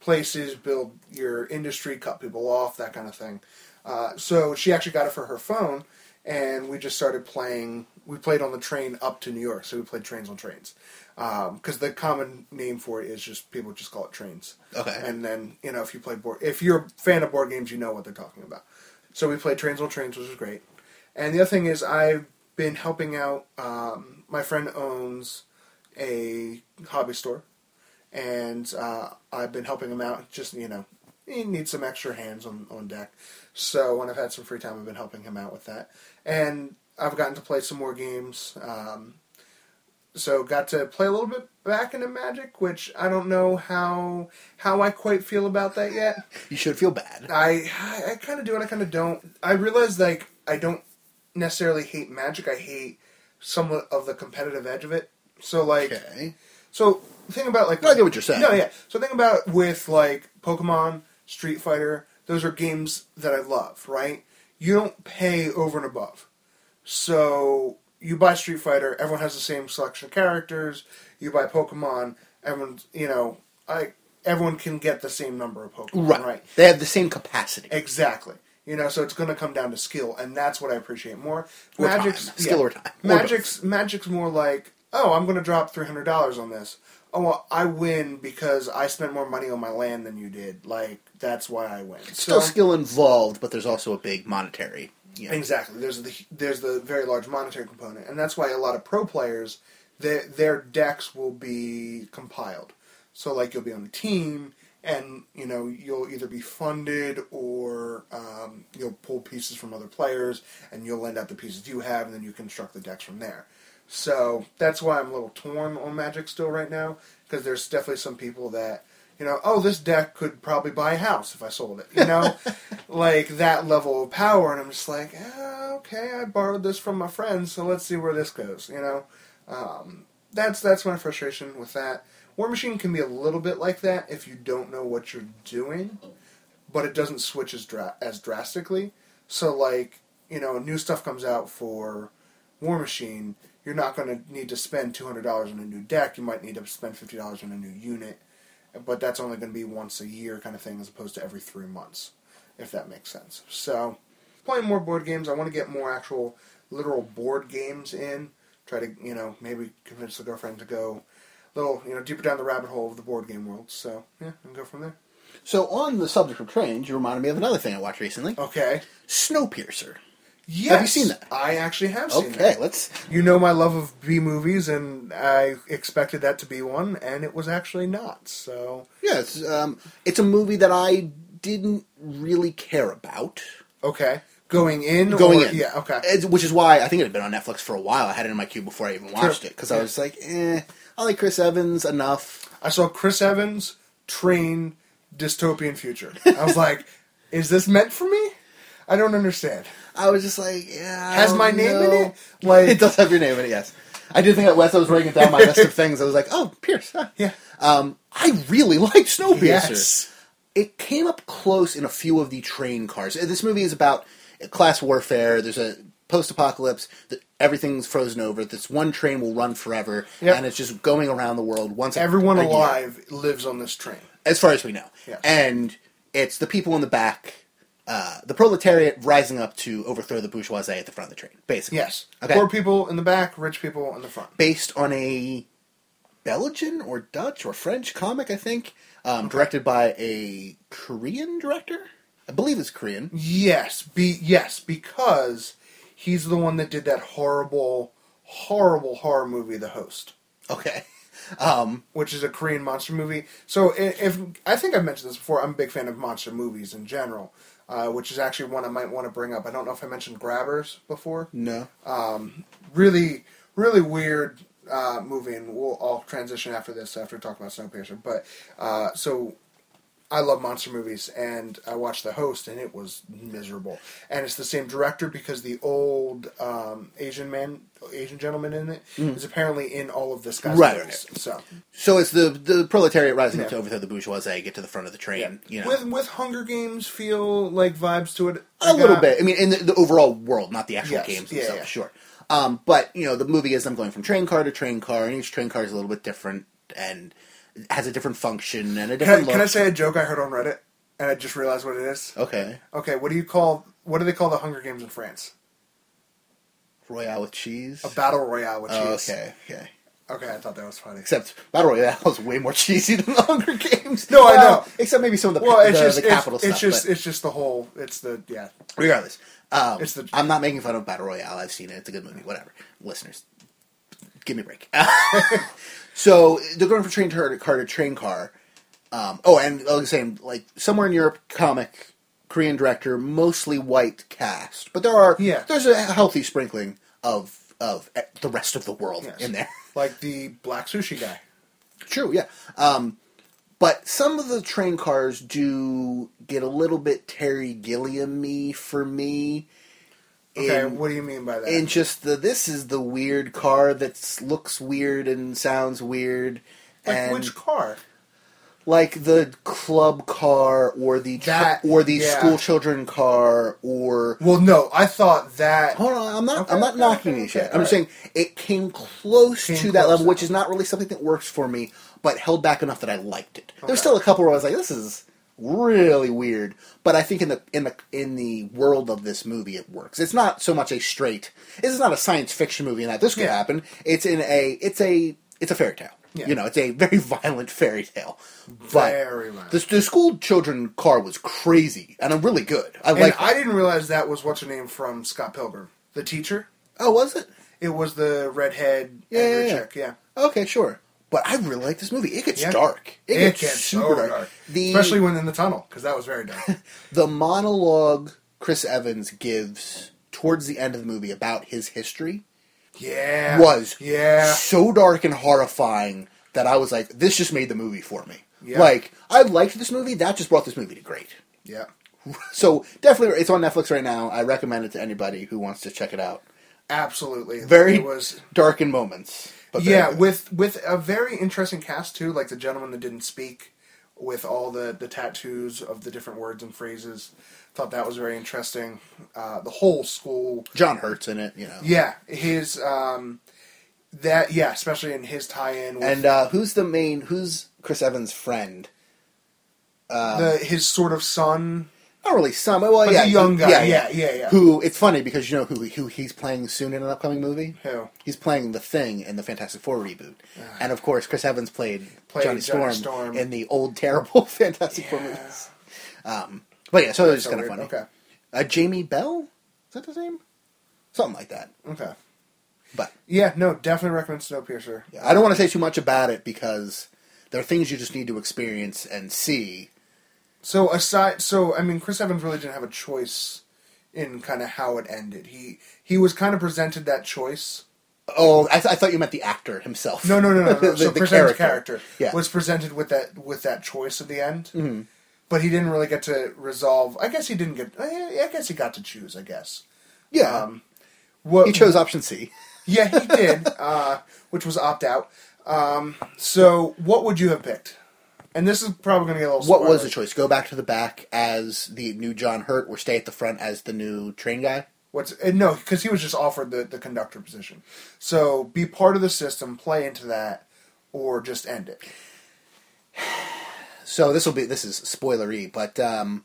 S9: places, build your industry, cut people off, that kind of thing. Uh, so she actually got it for her phone, and we just started playing. We played on the train up to New York, so we played trains on trains. Because the common name for it is just people just call it trains.
S7: Okay.
S9: And then you know if you play board, if you're a fan of board games, you know what they're talking about. So we played Trains on Trains, which was great. And the other thing is, I've been helping out. Um, my friend owns a hobby store, and uh, I've been helping him out. Just you know, he needs some extra hands on on deck. So when I've had some free time, I've been helping him out with that, and I've gotten to play some more games. Um, so got to play a little bit back into Magic, which I don't know how how I quite feel about that yet.
S7: You should feel bad.
S9: I I kind of do and I kind of don't. I realize like I don't necessarily hate Magic. I hate somewhat of the competitive edge of it. So like
S7: Okay.
S9: so think about like
S7: No, I get what you're saying.
S9: No, yeah. So think about with like Pokemon, Street Fighter. Those are games that I love, right? You don't pay over and above. So you buy Street Fighter, everyone has the same selection of characters. You buy Pokemon, everyone, you know, I everyone can get the same number of Pokemon,
S7: Right.
S9: right?
S7: They have the same capacity.
S9: Exactly. You know, so it's going to come down to skill, and that's what I appreciate more.
S7: Or time. Skill or time. Or
S9: Magic's Magic's more like, oh, I'm going to drop three hundred dollars on this. Oh, well, I win because I spent more money on my land than you did. Like that's why I win.
S7: Still
S9: So-
S7: skill involved, but there's also a big monetary. You know,
S9: Exactly. There's the there's the very large monetary component, and that's why a lot of pro players, their their decks will be compiled. So like you'll be on a team, and you know you'll either be funded or um, you'll pull pieces from other players, and you'll lend out the pieces you have, and then you construct the decks from there. So that's why I'm a little torn on Magic still right now, because there's definitely some people that you know, oh, this deck could probably buy a house if I sold it. You know, like that level of power, and I'm just like, ah, okay, I borrowed this from my friends, so let's see where this goes. You know, um, that's that's my frustration with that. War Machine can be a little bit like that if you don't know what you're doing, but it doesn't switch as dra- as drastically. So like, you know, new stuff comes out for War Machine. You're not going to need to spend two hundred dollars on a new deck. You might need to spend fifty dollars on a new unit but that's only going to be once a year kind of thing as opposed to every three months if that makes sense so playing more board games i want to get more actual literal board games in try to you know maybe convince the girlfriend to go a little you know deeper down the rabbit hole of the board game world so yeah and go from there
S7: So on the subject of trains, you reminded me of another thing I watched recently:
S9: okay
S7: Snowpiercer.
S9: yes
S7: seen that?
S9: i actually have seen
S7: Okay,
S9: that
S7: let's.
S9: you know my love of b movies and i expected that to be one and it was actually not so
S7: Yeah, it's um, it's a movie that I didn't really care about
S9: okay going in
S7: going
S9: or-
S7: in.
S9: yeah okay
S7: It's- which is why I think it had been on Netflix for a while. I had it in my queue before I even watched
S9: Sure.
S7: it because I was like, eh, I like Chris Evans enough.
S9: I saw Chris Evans train dystopian future. I was like, is this meant for me? I don't understand.
S7: I was just like, yeah. I
S9: Has
S7: don't
S9: my name in
S7: know.
S9: it? Like-
S7: it does have your name in it. Yes. I did think that Wes. I was writing it down my list of things. I was like, oh, Pierce. huh.
S9: Yeah.
S7: Um, I really liked Snowpiercer.
S9: Yes.
S7: It came up close in a few of the train cars. Uh, This movie is about class warfare. There's a post-apocalypse. That everything's frozen over. This one train will run forever,
S9: Yep.
S7: and it's just going around the world once. a-
S9: Everyone
S7: a year
S9: alive lives on this train.
S7: as far as we know.
S9: Yeah.
S7: And it's the people in the back, uh, the proletariat rising up to overthrow the bourgeoisie at the front of the train, basically.
S9: Yes.
S7: Okay.
S9: Poor people in the back, rich people in the front.
S7: Based on a Belgian or Dutch or French comic, I think, um, directed by a Korean director. I believe it's Korean.
S9: Yes, be yes, because he's the one that did that horrible, horrible horror movie, The Host,
S7: Okay.
S9: which is a Korean monster movie. So, i- if I think I've mentioned this before, I'm a big fan of monster movies in general, uh, which is actually one I might want to bring up. I don't know if I mentioned Grabbers before.
S7: No.
S9: Really, really weird uh, movie, and we'll all transition after this after we talk about Snowpiercer. But uh, so. I love monster movies, and I watched The Host, and it was miserable. And it's the same director because the old um, Asian man, Asian gentleman in it, is apparently in all of this guy's
S7: Mm. Right.
S9: movies. So,
S7: so it's the the proletariat rising up
S9: Yeah.
S7: to overthrow the bourgeoisie, get to the front of the train. You know,
S9: with with Hunger Games feel like vibes to it
S7: a
S9: I
S7: little
S9: got-
S7: bit. I mean, in the, the overall world, not the actual
S9: Yes,
S7: games
S9: yeah,
S7: themselves,
S9: yeah.
S7: sure. Um, but you know, the movie is I'm going from train car to train car, and each train car is a little bit different and has a different function and a
S9: Can I,
S7: different
S9: can I
S7: look.
S9: say a joke I heard on Reddit, and I just realized what it is?
S7: okay,
S9: Okay, what do you call what do they call the Hunger Games in France?
S7: Royale with cheese.
S9: A battle royale with
S7: Oh,
S9: cheese.
S7: okay, okay.
S9: okay, I thought that was funny.
S7: Except Battle Royale is way more cheesy than the Hunger Games.
S9: No, I know.
S7: Except maybe some of the
S9: Well, it's
S7: the,
S9: just
S7: the capital
S9: it's, it's
S7: stuff.
S9: just
S7: but
S9: it's just the whole it's the yeah
S7: regardless, um,
S9: It's the-
S7: I'm not making fun of Battle Royale. I've seen it. It's a good movie. Whatever, listeners, give me a break. so they're going from train car to car to train car. Um, oh, and I was saying, like somewhere in Europe, comic Korean director, mostly white cast, but there are
S9: Yeah.
S7: there's a healthy sprinkling of of eh, the rest of the world
S9: Yes.
S7: in there.
S9: like the black sushi guy.
S7: True, yeah. Um, but some of the train cars do get a little bit Terry Gilliam-y for me.
S9: Okay,
S7: in-
S9: what do you mean by that?
S7: and just the this is the weird car that looks weird and sounds weird
S9: like
S7: and
S9: which car?
S7: like the club car or the ch-
S9: That-
S7: or the
S9: yeah.
S7: school children car or
S9: Well, no, I thought that.
S7: Hold on, I'm not.
S9: Okay,
S7: I'm not
S9: okay,
S7: knocking
S9: okay,
S7: these
S9: okay,
S7: yet. I'm just saying
S9: alright.
S7: it came close
S9: Came
S7: to that
S9: close.
S7: level, which is not really something that works for me, but held back enough that I liked it.
S9: Okay.
S7: There's still a couple where I was like, "This is really weird," but I think in the in the in the world of this movie, it works. It's not so much a straight. This is not a science fiction movie, and that this could
S9: Yeah.
S7: happen. It's in a. It's a. It's a fairy tale.
S9: Yeah.
S7: You know, it's a very violent fairy tale. But
S9: Very violent.
S7: The, the school children car was crazy and really good. I
S9: And
S7: like.
S9: I didn't realize that was what's her name from Scott Pilgrim, the teacher.
S7: Oh, was it?
S9: It was the redhead
S7: Yeah,
S9: angry
S7: yeah, yeah.
S9: chick. Yeah,
S7: Okay, sure. But I really like this movie. It gets
S9: Yeah.
S7: dark. It, gets,
S9: so
S7: super dark. The
S9: Oh especially when in the tunnel because that was very dark.
S7: the monologue Chris Evans gives towards the end of the movie about his history
S9: yeah,
S7: was
S9: yeah.
S7: so dark and horrifying that I was like, this just made the movie for me.
S9: Yeah.
S7: Like I liked this movie. That just brought this movie to great.
S9: Yeah.
S7: So definitely, it's on Netflix right now. I recommend it to anybody who wants to check it out.
S9: Absolutely.
S7: Very
S9: it was
S7: dark in moments. But very
S9: Yeah,
S7: good.
S9: with with a very interesting cast too, like the gentleman that didn't speak with all the the tattoos of the different words and phrases. Thought that was very interesting. Uh, the whole school
S7: John Hurt's in it. You know.
S9: Yeah, his um that yeah, especially in his tie-in with
S7: And uh, who's the main? Who's Chris Evans' friend? Um,
S9: the his sort of son.
S7: not really some. Well,
S9: But
S7: yeah,
S9: the young guy, yeah, yeah, yeah.
S7: Who it's funny because you know who who he's playing soon in an upcoming movie.
S9: Who?
S7: He's playing the Thing in the Fantastic Four reboot, and of course Chris Evans played,
S9: Played
S7: Johnny, Storm
S9: Johnny Storm.
S7: in the old terrible Fantastic Four movies. Um, but yeah, so it was
S9: so
S7: kind of
S9: weird.
S7: funny.
S9: Okay.
S7: Uh, Jamie Bell is that his name? Something like that.
S9: Okay.
S7: But
S9: Yeah, no, definitely recommend Snowpiercer.
S7: yeah, I don't want to say too much about it because there are things you just need to experience and see.
S9: So aside, so I mean, Chris Evans really didn't have a choice in kind of how it ended. He he was kind of presented that choice.
S7: Oh, I, th- I thought you meant the actor himself.
S9: No, no, no, no. no.
S7: The-
S9: so
S7: the
S9: Chris Evans'
S7: character.
S9: character
S7: Yeah. Mm-hmm.
S9: was presented with that with that choice at the end. but he didn't really get to resolve. I guess he didn't get. I I guess he got to choose. I guess.
S7: Yeah,
S9: Um, what
S7: he chose option C.
S9: Yeah, he did, uh, which was opt out. Um, so, what would you have picked? And this is probably going to get a little.
S7: What was
S9: spoilery.
S7: the choice? Go back to the back as the new John Hurt, or stay at the front as the new train guy?
S9: What's uh, no? Because he was just offered the the conductor position. So, be part of the system, play into that, or just end it.
S7: So this will be this is spoilery, but um,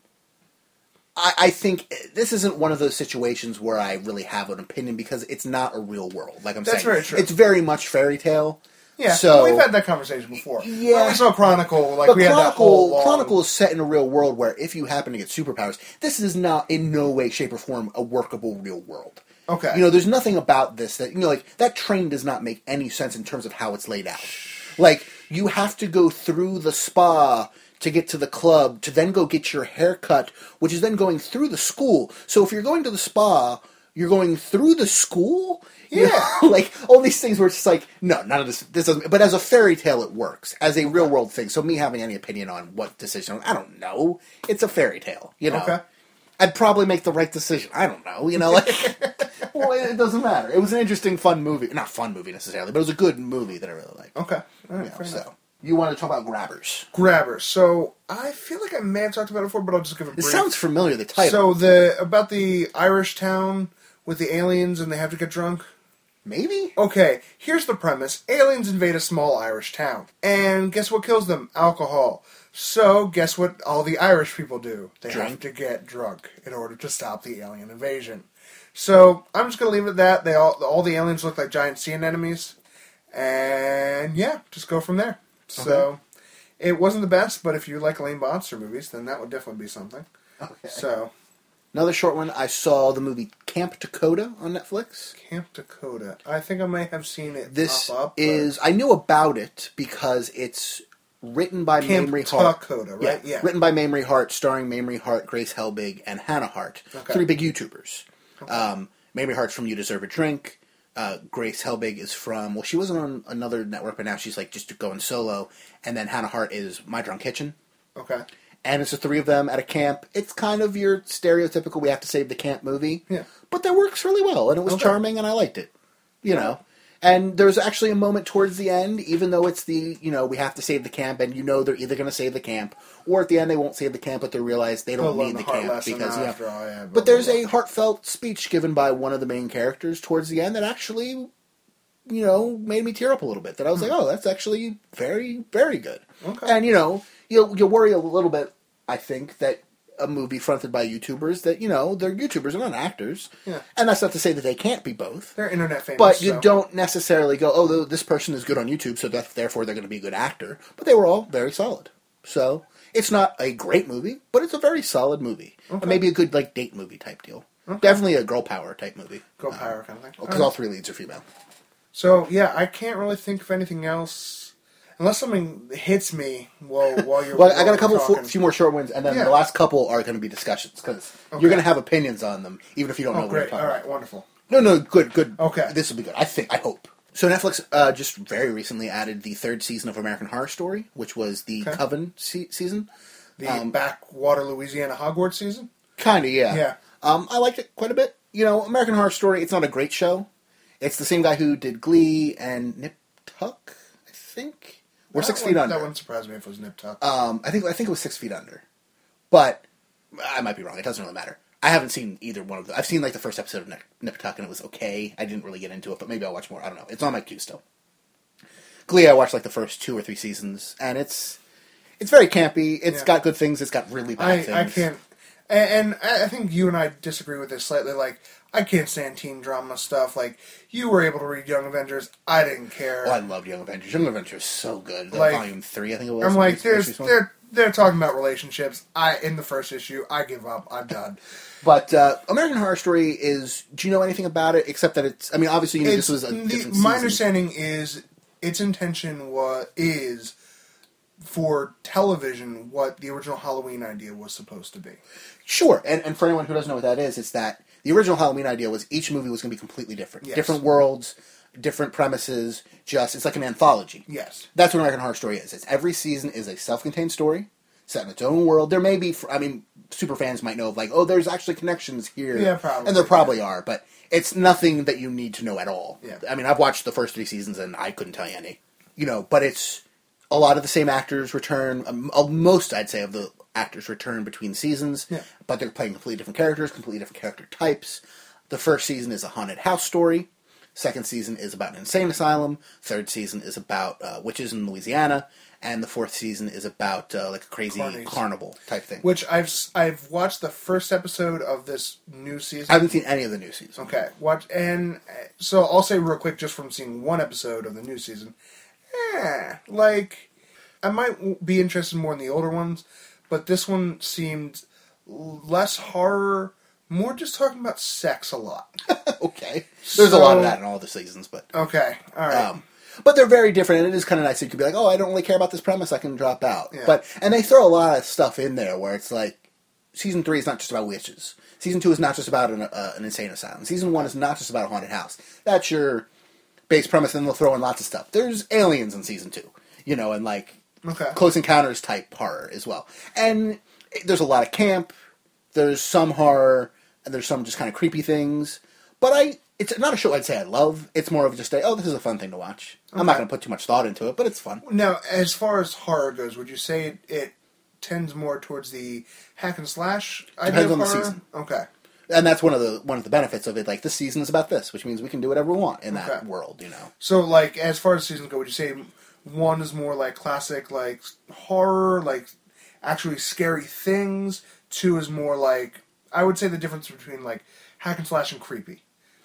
S7: I, I think this isn't one of those situations where I really have an opinion because it's not a real world. Like I'm
S9: That's
S7: saying,
S9: very true.
S7: it's very much fairy tale.
S9: Yeah.
S7: So
S9: we've had that conversation before.
S7: Yeah.
S9: When we saw Chronicle. Like
S7: But
S9: we had that whole
S7: Chronicle,
S9: long,
S7: Chronicle is set in a real world where if you happen to get superpowers, this is not in no way, shape, or form a workable real world.
S9: Okay.
S7: You know, there's nothing about this that, you know, like, that train does not make any sense in terms of how it's laid out. Like, you have to go through the spa to get to the club to then go get your hair cut, which is then going through the school. So if you're going to the spa, you're going through the school? You
S9: Yeah.
S7: know, like all these things were just like no, none of this. This doesn't. But as a fairy tale, it works. As a real world thing, so me having any opinion on what decision, I don't know. It's a fairy tale, you know.
S9: Okay.
S7: I'd probably make the right decision. I don't know, you know. Like, well, it it doesn't matter. It was an interesting, fun movie. Not fun movie necessarily, but it was a good movie that I really liked.
S9: Okay. All right,
S7: You know,
S9: fair enough.
S7: so you want to talk about grabbers?
S9: Grabber. So I feel like I may have talked about it before, but I'll just give a
S7: It
S9: brief.
S7: sounds familiar. The title,
S9: So the about the Irish town with the aliens and they have to get drunk.
S7: maybe.
S9: Okay, here's the premise: aliens invade a small Irish town, and guess what kills them? Alcohol. So guess what? All the Irish people do they have
S7: Drink.
S9: to get drunk in order to stop the alien invasion. So I'm just gonna leave it at that. They all all the aliens look like giant sea anemones, and yeah, just go from there. So. It wasn't the best, but if you like Lane Monster movies, then that would definitely be something.
S7: Okay.
S9: So,
S7: Another short one. I saw the movie Camp Dakota on Netflix.
S9: Camp Dakota. I think I may have seen it.
S7: This
S9: pop up, but-
S7: is I knew about it because it's written by
S9: Camp
S7: Mamrie Hart.
S9: Dakota, right? Yeah.
S7: Written by Mamrie Hart, starring Mamrie Hart, Grace Helbig, and Hannah Hart.
S9: Okay.
S7: Three big YouTubers. Um, Mamrie Hart's from You Deserve a Drink. Uh, Grace Helbig is from, well, she wasn't on another network, but now she's like just going solo. And then Hannah Hart is My Drunk Kitchen.
S9: Okay.
S7: And it's the three of them at a camp. It's kind of your stereotypical we have to save the camp movie.
S9: Yeah.
S7: But that works really well, and it was
S9: Okay.
S7: charming, and I liked it. You know? And there's actually a moment towards the end, even though it's the, you know, we have to save the camp, and you know they're either going to save the camp, or at the end they won't save the camp, but they realize they
S9: They'll
S7: don't
S9: learn
S7: need
S9: the
S7: the
S9: hard
S7: camp.
S9: lesson
S7: because yeah.
S9: after all, yeah, blah,
S7: But there's
S9: blah,
S7: a heartfelt speech given by one of the main characters towards the end that actually, you know, made me tear up a little bit. That I was like, oh, that's actually very, very good.
S9: Hmm. Okay.
S7: And, you know, you'll, you'll worry a little bit, I think, that a movie fronted by YouTubers that, you know, they're YouTubers, they're not actors.
S9: Yeah.
S7: And that's not to say that they can't be both.
S9: They're internet famous.
S7: But you
S9: so-
S7: don't necessarily go, oh, th- this person is good on YouTube, so that, therefore they're going to be a good actor. But they were all very solid. So it's not a great movie, but it's a very solid movie.
S9: Okay.
S7: And Maybe a good like date movie type deal. Definitely a girl power type movie.
S9: go power kind of thing.
S7: Because all
S9: Alright.
S7: three leads are female.
S9: So yeah, I can't really think of anything else unless something hits me while while you're.
S7: Well, I
S9: while
S7: got a couple,
S9: you're
S7: fo-
S9: talking.
S7: few more short ones, and then
S9: Yeah.
S7: the last couple are going to be discussions because
S9: Okay.
S7: you're going to have opinions on them, even if you don't know
S9: Oh
S7: what we're
S9: great!
S7: talking
S9: All
S7: about.
S9: right, wonderful.
S7: No, no, good, good.
S9: Okay.
S7: this will be good. I think. I hope. So Netflix uh, just very recently added the third season of American Horror Story, which was the
S9: Okay.
S7: Coven se- season.
S9: The
S7: Um,
S9: backwater Louisiana Hogwarts season.
S7: Kind of, yeah.
S9: Yeah.
S7: Um, I liked it quite a bit. You know, American Horror Story. It's not a great show. It's the same guy who did Glee and Nip Tuck, I think, or
S9: That
S7: Six
S9: one-
S7: Feet Under.
S9: That wouldn't surprise me if it was Nip Tuck.
S7: Um, I think I think it was Six Feet Under, but I might be wrong. It doesn't really matter. I haven't seen either one of them. I've seen like the first episode of Nip, Nip Tuck and it was okay. I didn't really get into it, but maybe I'll watch more. I don't know. It's on my queue still. Glee, I watched like the first two or three seasons, and it's it's very campy. It's
S9: Yeah.
S7: got good things. It's got really bad
S9: I
S7: things.
S9: I can't. And, and I I think you and I disagree with this slightly. Like I can't stand teen drama stuff. Like you were able to read Young Avengers. I didn't care.
S7: Oh, I loved Young Avengers. Young Avengers is so good. The
S9: Like,
S7: volume three, I think it was.
S9: I'm like,
S7: was the most
S9: there's
S7: recent one.
S9: they're they're talking about relationships. I in the first issue, I give up. I'm done.
S7: But uh, American Horror Story is. Do you know anything about it except that it's? I mean, obviously, you know
S9: It's,
S7: this was a
S9: the-
S7: different
S9: my
S7: season.
S9: understanding is its intention was is for television what the original Halloween idea was supposed to be.
S7: Sure, and, and for anyone who doesn't know what that is, it's that the original Halloween idea was each movie was going to be completely different,
S9: Yes.
S7: different worlds, different premises. Just it's like an anthology.
S9: Yes.
S7: That's what American Horror Story is. It's every season is a self-contained story set in its own world. There may be, fr- I mean, super fans might know of like, oh, there's actually connections here.
S9: Yeah, probably.
S7: And there probably are, but it's nothing that you need to know at all.
S9: Yeah.
S7: I mean, I've watched the first three seasons and I couldn't tell you any, you know, but it's a lot of the same actors return. Um, uh, most, I'd say, of the actors return between seasons,
S9: Yeah.
S7: but they're playing completely different characters, completely different character types. The first season is a haunted house story. Second season is about an insane asylum. Third season is about uh, witches in Louisiana, and the fourth season is about uh, like a crazy
S9: Carnies.
S7: carnival type thing.
S9: Which I've s- I've watched the first episode of this new season.
S7: I haven't seen any of the new season.
S9: Okay, watch and uh, so I'll say real quick, just from seeing one episode of the new season, eh, like I might w- be interested more in the older ones, but this one seemed l- less horror, more just talking about sex a lot.
S7: Okay, there's a lot of
S9: So-
S7: that in all the seasons, but
S9: Okay, all right,
S7: Um, but they're very different, and it is kind of nice. You could be like, "Oh, I don't really care about this premise. I can drop out."
S9: Yeah.
S7: But and they throw a lot of stuff in there where it's like, season three is not just about witches. Season two is not just about an, uh, an insane asylum. Season one is not just about a haunted house. That's your base premise, and they'll throw in lots of stuff. There's aliens in season two, you know, and like
S9: okay,
S7: close encounters type horror as well. And it- there's a lot of camp. There's some horror, and there's some just kind of creepy things. But I, it's not a show I'd say I love. It's more of just a oh, this is a fun thing to watch. I'm not
S9: Okay.
S7: going to put too much thought into it, but it's fun.
S9: Now, as far as horror goes, would you say it, it tends more towards the hack and slash idea
S7: Depends
S9: of
S7: on the
S9: horror?
S7: season.
S9: Okay,
S7: And that's one of the one of the benefits of it. Like this season is about this, which means we can do whatever we want in that
S9: Okay.
S7: world. You know,
S9: so like as far as seasons go, would you say one is more like classic like horror, like actually scary things? Two is more like I would say the difference between like hack and slash and creepy,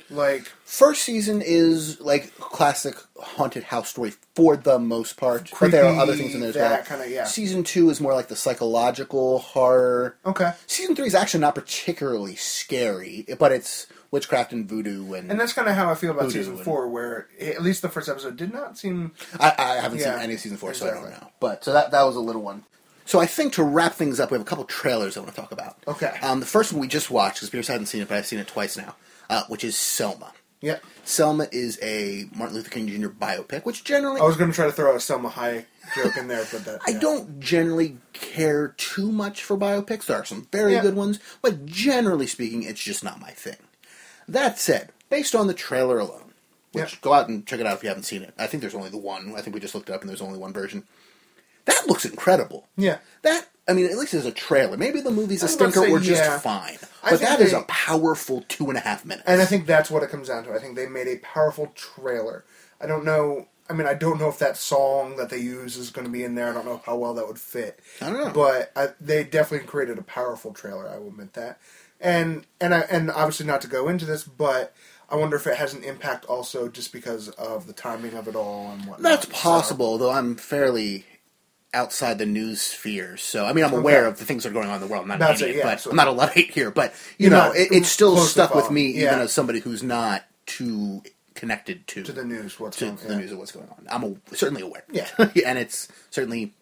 S9: like
S7: first season is like classic haunted house story for the most part, but there are other things in there as
S9: Creepy,
S7: well.
S9: that kinda, yeah.
S7: Season two is more like the psychological horror.
S9: okay.
S7: Season three is actually not particularly scary, but it's witchcraft and voodoo, and,
S9: And that's kind of how I feel about
S7: Voodoo
S9: season
S7: and-
S9: four, where at least the first episode did not seem
S7: I, I haven't
S9: Yeah,
S7: seen any of season four, so I don't
S9: exactly.
S7: know. But so that that was a little one. So I think to wrap things up, we have a couple trailers I want to talk about.
S9: Okay.
S7: Um, the first one we just watched because Pierce hadn't seen it, but I've seen it twice now, uh, which is Selma.
S9: yeah.
S7: Selma is a Martin Luther King Jr. biopic, which generally
S9: I was gonna try to throw a Selma Hayek joke in there, but that
S7: I
S9: yeah.
S7: don't generally care too much for biopics. There are some very
S9: Yeah.
S7: good ones, but generally speaking, it's just not my thing. That said, based on the trailer alone, which
S9: Yeah.
S7: go out and check it out if you haven't seen it. I think there's only the one. I think we just looked it up and there's only one version. That looks incredible.
S9: Yeah.
S7: That I mean, at least as a trailer. Maybe the movie's a
S9: I was about to
S7: stinker or
S9: say,
S7: just
S9: yeah.
S7: fine.
S9: I
S7: But
S9: think
S7: that is
S9: they-
S7: a powerful two and a half minutes.
S9: And I think that's what it comes down to. I think they made a powerful trailer. I don't know. I mean, I don't know if that song that they use is going to be in there. I don't know how well that would fit.
S7: I don't know.
S9: But I, they definitely created a powerful trailer. I will admit that. And and I, and obviously not to go into this, but I wonder if it has an impact also just because of the timing of it all and whatnot.
S7: That's
S9: So-
S7: possible, though I'm fairly outside the news sphere. So, I mean, I'm aware of the things that are going on in the world. I'm not
S9: That's
S7: an
S9: it,
S7: idiot,
S9: yeah,
S7: but
S9: so-
S7: I'm not a Luddite here. But, you
S9: You're
S7: know,
S9: not
S7: it, it's still
S9: close to
S7: stuck with
S9: follow.
S7: me,
S9: Yeah.
S7: even as somebody who's not too connected to,
S9: to the news. What's
S7: to
S9: going
S7: the
S9: yeah.
S7: news of what's going on. I'm a, certainly aware.
S9: Yeah.
S7: and it's certainly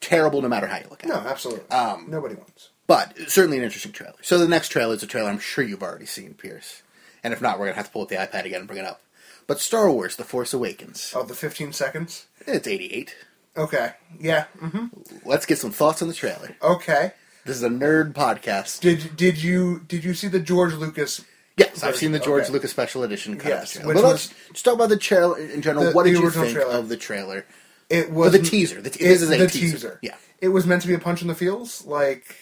S7: terrible no matter how you look at
S9: No,
S7: it.
S9: absolutely.
S7: Um,
S9: Nobody wants.
S7: But certainly an interesting trailer. So the next trailer is a trailer I'm sure you've already seen, Pierce. And if not, we're going to have to pull up the iPad again and bring it up. But Star Wars The Force Awakens.
S9: Oh, the 15 seconds.
S7: It's 88.
S9: Okay. Yeah.
S7: Mm-hmm.
S9: hmm
S7: Let's get some thoughts on the trailer.
S9: Okay.
S7: This is a nerd podcast.
S9: Did did you did you see the George Lucas?
S7: Yes, I've seen the George
S9: Okay.
S7: Lucas special edition cut
S9: Yes,
S7: of the
S9: which
S7: trailer. But let's
S9: was-
S7: just talk about the trailer in general.
S9: The-
S7: what
S9: the
S7: did you
S9: original
S7: think
S9: trailer.
S7: of the trailer?
S9: It was
S7: the teaser. The te- this
S9: it-
S7: is a
S9: the
S7: teaser. Yeah.
S9: It was meant to be a punch in the feels. Like,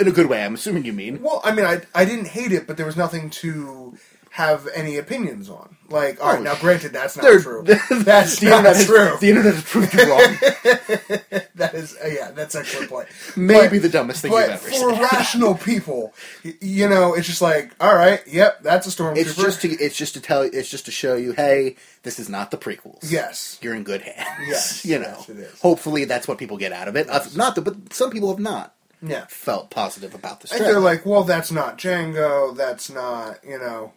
S7: In a good way, I'm assuming you mean.
S9: well, I mean, I I didn't hate it, but there was nothing to have any opinions on. Like, all right,
S7: Oh,
S9: now
S7: sh-
S9: granted, that's not
S7: They're-
S9: true.
S7: That's
S9: not true.
S7: The internet has proved you wrong.
S9: that is, uh, yeah, that's a good point.
S7: Maybe the dumbest thing
S9: but
S7: you've ever
S9: for
S7: seen.
S9: rational people, y- you know, it's just like, all right, yep, that's a stormtrooper.
S7: It's just to it's just to tell it's just to show you, hey, this is not the prequels.
S9: yes,
S7: You're in good hands.
S9: Yes,
S7: you know.
S9: yes, it is.
S7: Hopefully that's what people get out of it. Uh, Not the, but some people have not
S9: yeah.
S7: felt positive about this
S9: And
S7: trailer.
S9: they're like, well, that's not Django. That's not, you know.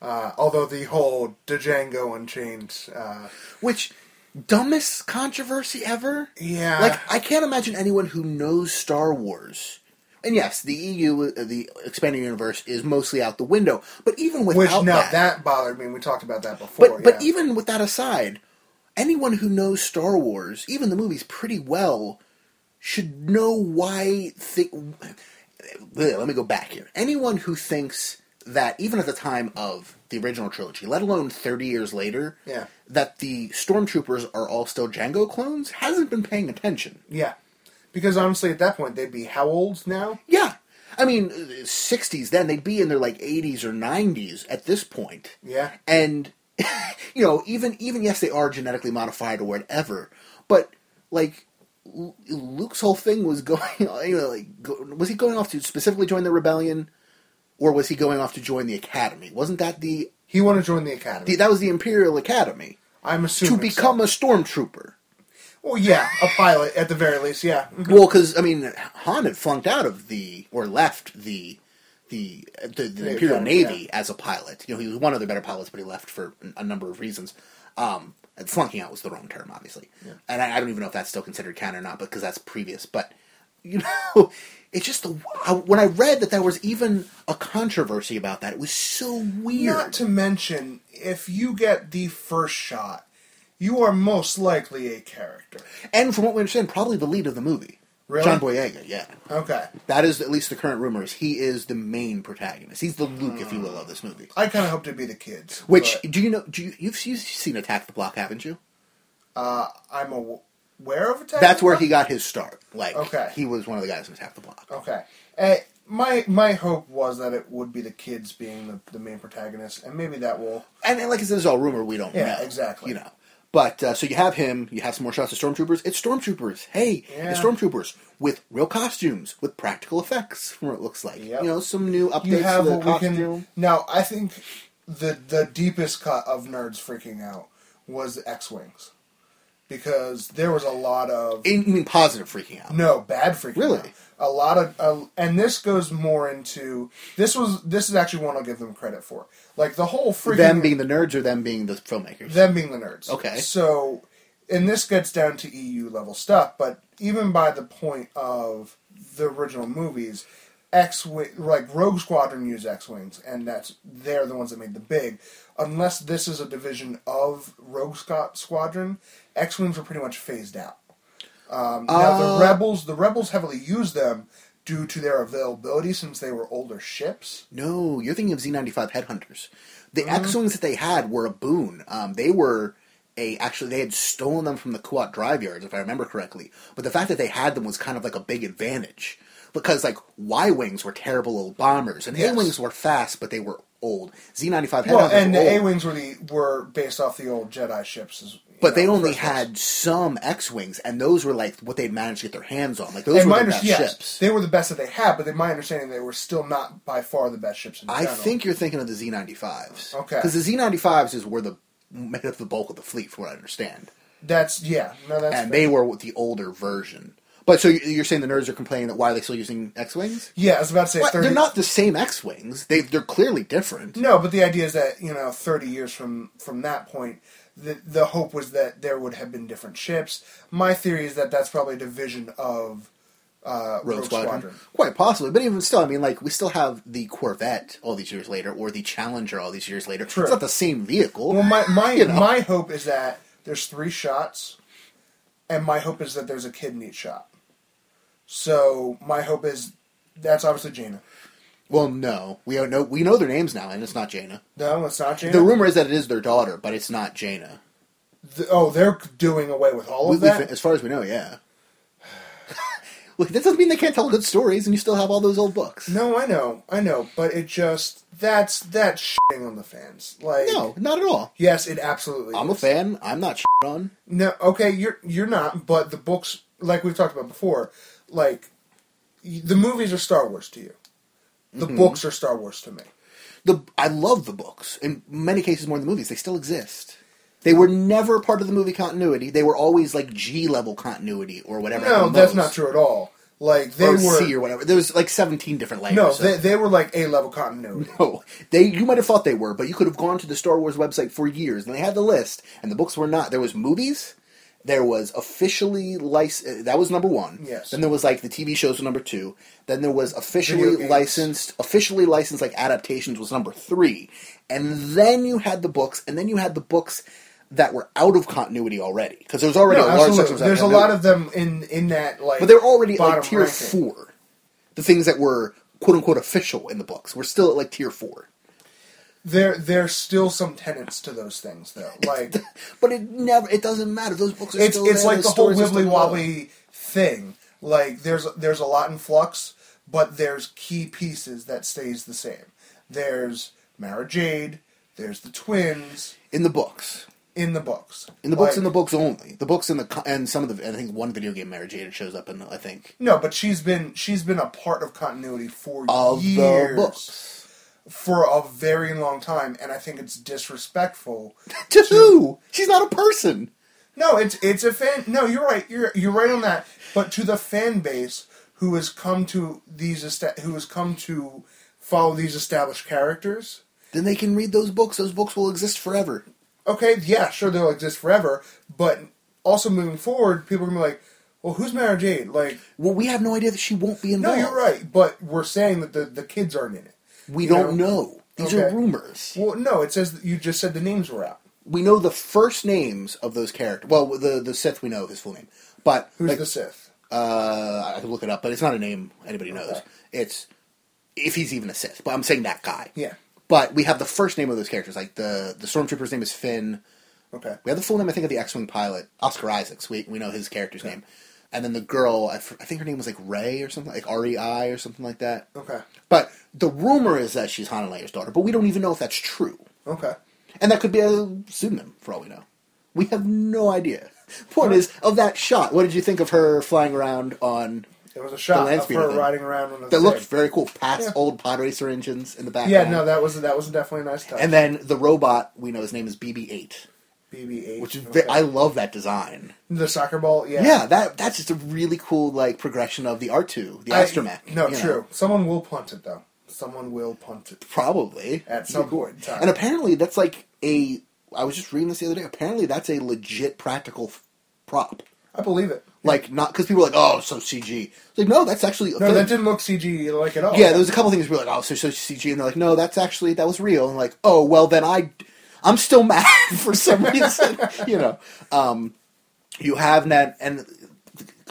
S9: Uh, although the whole Django Unchained, uh,
S7: Which dumbest controversy ever?
S9: Yeah.
S7: Like I can't imagine anyone who knows Star Wars. And yes, the EU, uh, the expanded universe, is mostly out the window. But even without
S9: which now
S7: that,
S9: that. bothered me. We talked about that before.
S7: Oh, but but
S9: Oh, yeah.
S7: even with that aside, anyone who knows Star Wars, even the movies, pretty well, should know why. Think. Let me go back here. Anyone who thinks that even at the time of the original trilogy, let alone thirty years later,
S9: Yeah.
S7: that the stormtroopers are all still Django clones, hasn't been paying attention.
S9: Yeah. Because honestly, at that point, they'd be how old now?
S7: Yeah. I mean, 60s then, they'd be in their like 80s or 90s at this point.
S9: Yeah.
S7: And, you know, even, even yes, they are genetically modified or whatever, but like, Lu- Luke's whole thing was going, you know, like, go, was he going off to specifically join the rebellion, or was he going off to join the academy? Wasn't that the,
S9: He want to join the academy.
S7: the that was the Imperial Academy
S9: I'm assuming
S7: to become a stormtrooper?
S9: So. Well, yeah, a pilot at the very least. Yeah.
S7: Well, because I mean, Han had flunked out of the or left the the the, the Imperial
S9: yeah.
S7: Navy as a pilot. You know, he was one of the better pilots, but he left for a number of reasons. Um, and flunking out was the wrong term, obviously. And I, I don't even know if that's still considered canon or not because that's previous. But you know, it's just the I, when I read that there was even a controversy about that, it was so weird.
S9: Not to mention, if you get the first shot, you are most likely a character.
S7: and from what we understand, probably the lead of the movie,
S9: Really?
S7: John Boyega. Yeah.
S9: Okay.
S7: That is at least the current rumor is he is the main protagonist. He's the Luke, if you will, of this movie.
S9: I kind of hoped it'd be the kids.
S7: Which
S9: but
S7: do you know? Do you you've, you've seen Attack the Block, haven't you?
S9: I'm aw- aware of. Attack
S7: That's
S9: on
S7: where
S9: Titan.
S7: he got his start. Like,
S9: Okay.
S7: he was one of the guys in Attack the Block.
S9: Okay. Uh, my my hope was that it would be the kids being the, the main protagonist, and maybe that will.
S7: And, and like I said, this is all rumor. We don't
S9: Yeah,
S7: know
S9: exactly.
S7: You know. But uh, so you have him. You have some more shots of stormtroopers. It's stormtroopers. Hey,
S9: Yeah.
S7: it's stormtroopers with real costumes, with practical effects from what it looks like.
S9: Yep.
S7: You know, some new updates
S9: You have
S7: to the
S9: what we
S7: costume.
S9: can. Now I think the the deepest cut of nerds freaking out was X wings, because there was a lot of
S7: In, you mean positive freaking out?
S9: no bad freaking
S7: Really?
S9: out. A lot of uh, and this goes more into this was this is actually one I'll give them credit for. Like the whole freaking
S7: them being the nerds or them being the filmmakers?
S9: them being the nerds.
S7: Okay.
S9: So, and this gets down to EU level stuff, but even by the point of the original movies, X like Rogue Squadron use X wings, and that's they're the ones that made the big. Unless this is a division of Rogue Scott Squadron, X wings were pretty much phased out. Um, now
S7: Uh,
S9: the rebels, the rebels heavily used them due to their availability since they were older ships.
S7: No, you're thinking of Z95 headhunters. The
S9: Uh-huh.
S7: X wings that they had were a boon. Um, they were a actually they had stolen them from the Kuat drive yards, if I remember correctly. But the fact that they had them was kind of like a big advantage because like Y wings were terrible old bombers, and
S9: Yes.
S7: A wings were fast, but they were old. Z95 headhunters,
S9: Well, and
S7: were
S9: the A
S7: old,
S9: wings were the were based off the old Jedi ships. as- you
S7: but they
S9: know,
S7: only
S9: first ones.
S7: had some X wings, and those were like what they'd managed to get their hands on. Like those
S9: And
S7: were
S9: my
S7: the
S9: under-
S7: best
S9: yes,
S7: ships.
S9: they were the best that they had, but in my understanding, they were still not by far the best ships in
S7: I
S9: general.
S7: think you're thinking of the Z95s.
S9: Okay.
S7: Because the Z95s is where the made up the bulk of the fleet, from what I understand.
S9: that's yeah, no, that's
S7: and
S9: fair.
S7: they were with the older version. But so you- you're saying the nerds are complaining that why are they still using X wings?
S9: yeah. I was about to say
S7: They're
S9: 30
S7: not the same X wings. They they're clearly different.
S9: No, but the idea is that you know, thirty years from from that point, the the hope was that there would have been different ships. My theory is that that's probably a division of uh, Rogue,
S7: Rogue
S9: Squadron.
S7: Squadron. Quite possibly, but even still, I mean, like we still have the Corvette all these years later, or the Challenger all these years later.
S9: True.
S7: It's not the same vehicle.
S9: Well, my my
S7: You know.
S9: my hope is that there's three shots, and my hope is that there's a kid in each shot. So my hope is that's obviously Jaina.
S7: well, no, we don't know. We know their names now, and it's not Jaina.
S9: No, it's not Jaina.
S7: The rumor is that it is their daughter, but it's not Jaina.
S9: Th- oh, they're doing away with all
S7: We-
S9: of
S7: we
S9: that.
S7: fin- as far as we know, yeah. Look, that doesn't mean they can't tell good stories, and you still have all those old books.
S9: no, I know, I know, but it just that's that's shitting on the fans. Like,
S7: no, not at all.
S9: yes, it absolutely.
S7: I'm a
S9: is.
S7: fan. I'm not shit on.
S9: No, okay, you're you're not, but the books, like we've talked about before, like y- the movies are Star Wars to you. The
S7: Mm-hmm.
S9: books are Star Wars to me.
S7: The I love the books in many cases more than the movies. They still exist. They were never part of the movie continuity. They were always like G level continuity or whatever. at
S9: No,
S7: the
S9: that's
S7: most.
S9: not true at all. Like they
S7: or
S9: were
S7: C or whatever. There was like 17 different layers.
S9: no,
S7: so-
S9: they, they were like A level continuity.
S7: No, they. You might have thought they were, but you could have gone to the Star Wars website for years, and they had the list, and the books were not. There was movies. There was officially licensed. That was number one.
S9: Yes.
S7: Then there was like the TV shows was number two. Then there was
S9: Video
S7: officially
S9: games.
S7: licensed, officially licensed like adaptations was number three, and then you had the books, and then you had the books that were out of continuity already because there was already
S9: No,
S7: a large
S9: absolutely.
S7: section.
S9: There's a lot of them in in that like.
S7: but they were already at like
S9: bottom
S7: tier
S9: ranking.
S7: four. The things that were quote unquote official in the books were still at like tier four.
S9: There there's still some tenets to those things though. Like
S7: But it never it doesn't matter. Those books are
S9: it's
S7: still
S9: it's
S7: there,
S9: like
S7: those
S9: the whole
S7: stories are still
S9: wibbly
S7: there.
S9: wobbly thing. Like there's there's a lot in flux, but there's key pieces that stays the same. There's Mara Jade. There's the twins
S7: in the books.
S9: in the books.
S7: In the books,
S9: Like-
S7: in the books only. The books in the co- and some of the I think one video game Mary Jade shows up in the, I think
S9: No, but she's been she's been a part of continuity for
S7: of
S9: years.
S7: the books.
S9: for a very long time, and I think it's disrespectful.
S7: To who? She's not a person.
S9: No, it's it's a fan. No, you're right. You're you're right on that. But to the fan base who has come to these esta- who has come to follow these established characters.
S7: Then they can read those books. Those books will exist forever.
S9: Okay, yeah, sure, they'll exist forever. But also moving forward, people are gonna be like, "Well, who's Mara Jade?" Like,
S7: Well, we have no idea that she won't be
S9: no,
S7: involved.
S9: you're right. But we're saying that the the kids aren't in it.
S7: We
S9: You
S7: don't
S9: know?
S7: know. These
S9: Okay.
S7: are rumors.
S9: Well, no, it says that you just said the names were out.
S7: We know the first names of those characters. Well, the the Sith we know his full name, but
S9: Who's
S7: like,
S9: the Sith?
S7: uh, I could look it up, but it's not a name anybody knows.
S9: Okay.
S7: It's if he's even a Sith, but I'm saying that guy.
S9: Yeah.
S7: But we have the first name of those characters. Like the the stormtrooper's name is Finn.
S9: Okay.
S7: We have the full name, I think, of the X-wing pilot, Oscar Isaacs. We we know his character's name, and then the girl, I, f- I think her name was like Ray or something, like R E I or something like that.
S9: Okay.
S7: But the rumor is that she's Han and Leio's daughter, but we don't even know if that's true,
S9: Okay.
S7: and that could be a pseudonym for all we know. We have no idea. Point is, of that shot, what did you think of her flying around on?
S9: There was a shot
S7: land
S9: of
S7: speeder
S9: her
S7: thing.
S9: riding around on a
S7: That looked
S9: thing.
S7: very cool, past
S9: Yeah.
S7: old pod racer engines in the
S9: Yeah,
S7: background.
S9: no, that was that was definitely a nice touch.
S7: And then the robot we know his name is BB-8,
S9: BB-8,
S7: which is
S9: okay.
S7: ve- I love that design.
S9: the soccer ball. Yeah,
S7: Yeah, that that's just a really cool like progression of the R two, the
S9: I-
S7: Astromech.
S9: No,
S7: you know.
S9: true. Someone will punt it though. Someone will punt it.
S7: Probably
S9: At some point in time.
S7: And apparently, that's like a. I was just reading this the other day. Apparently, that's a legit practical f- prop.
S9: I believe it.
S7: Like not because people are like, oh, so CG. It's like no, that's actually a
S9: No,
S7: thing.
S9: that didn't look CG like at all.
S7: yeah, there was a couple things we were like, oh, so, so CG, and they're like, no, that's actually that was real, and like, oh, well, then I, I'm still mad for some reason, you know. Um, you have that, and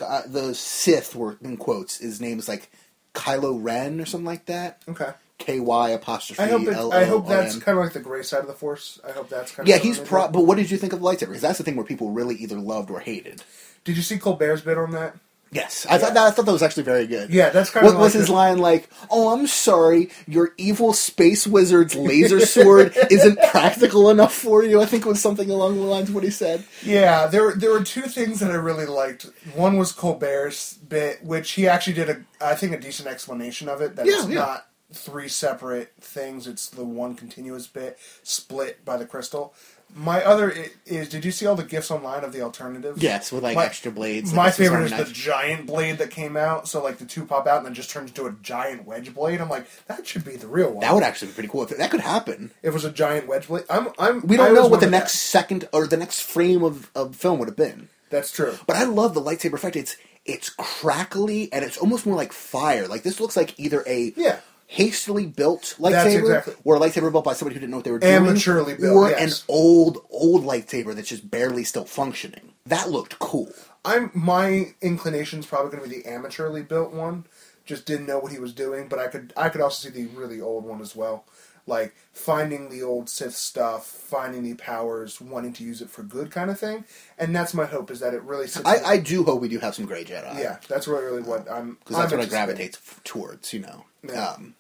S7: uh, the Sith were in quotes. His name is like Kylo Ren or something like that.
S9: Okay.
S7: K Y apostrophe
S9: I hope it,
S7: E L O
S9: I hope
S7: R
S9: that's
S7: N.
S9: kind of like the gray side of the force. I hope that's kind
S7: Yeah,
S9: of
S7: he's pro. But what did you think of the lightsaber? Because that's the thing where people really either loved or hated.
S9: Did you see Colbert's bit on that?
S7: Yes, I thought that I thought that was actually very good.
S9: Yeah, that's kind
S7: what
S9: of
S7: was
S9: like
S7: his
S9: the-
S7: line like? Oh, I'm sorry, your evil space wizard's laser sword isn't practical enough for you. I think it was something along the lines of what he said.
S9: Yeah, there were- there were two things that I really liked. One was Colbert's bit, which he actually did a I think a decent explanation of it. That
S7: Yeah,
S9: it's
S7: yeah.
S9: not three separate things; it's the one continuous bit split by the crystal. My other i- is did you see all the gifs online of the alternatives?
S7: Yes, with like
S9: My-
S7: extra blades.
S9: My
S7: like, Swiss
S9: favorite
S7: Army
S9: is the
S7: knife.
S9: giant blade that came out. So like the two pop out and then just turns into a giant wedge blade. I'm like, that should be the real one.
S7: that would actually be pretty cool. If that could happen.
S9: it was a giant wedge blade. I'm I'm
S7: We
S9: I
S7: don't
S9: always
S7: know what the
S9: wondered
S7: next
S9: that.
S7: second or the next frame of, of film would have been.
S9: That's true.
S7: But I love the lightsaber effect. It's it's crackly and it's almost more like fire. Like this looks like either a
S9: Yeah.
S7: hastily built
S9: That's
S7: lightsaber
S9: exactly-
S7: or a lightsaber built by somebody who didn't know what they were
S9: Amateurly
S7: doing,
S9: built,
S7: or
S9: yes.
S7: an old old lightsaber that's just barely still functioning. That looked cool.
S9: I'm my inclination's probably going to be the amateurly built one. Just didn't know what he was doing, but I could I could also see the really old one as well. Like finding the old Sith stuff, finding the powers, wanting to use it for good kind of thing. And that's my hope is that it really sits
S7: I, I do hope we do have some gray Jedi.
S9: yeah, that's really, really what I'm
S7: because that's
S9: I'm
S7: what I
S9: anticipating.
S7: gravitate f- towards. You know,
S9: Yeah.
S7: um,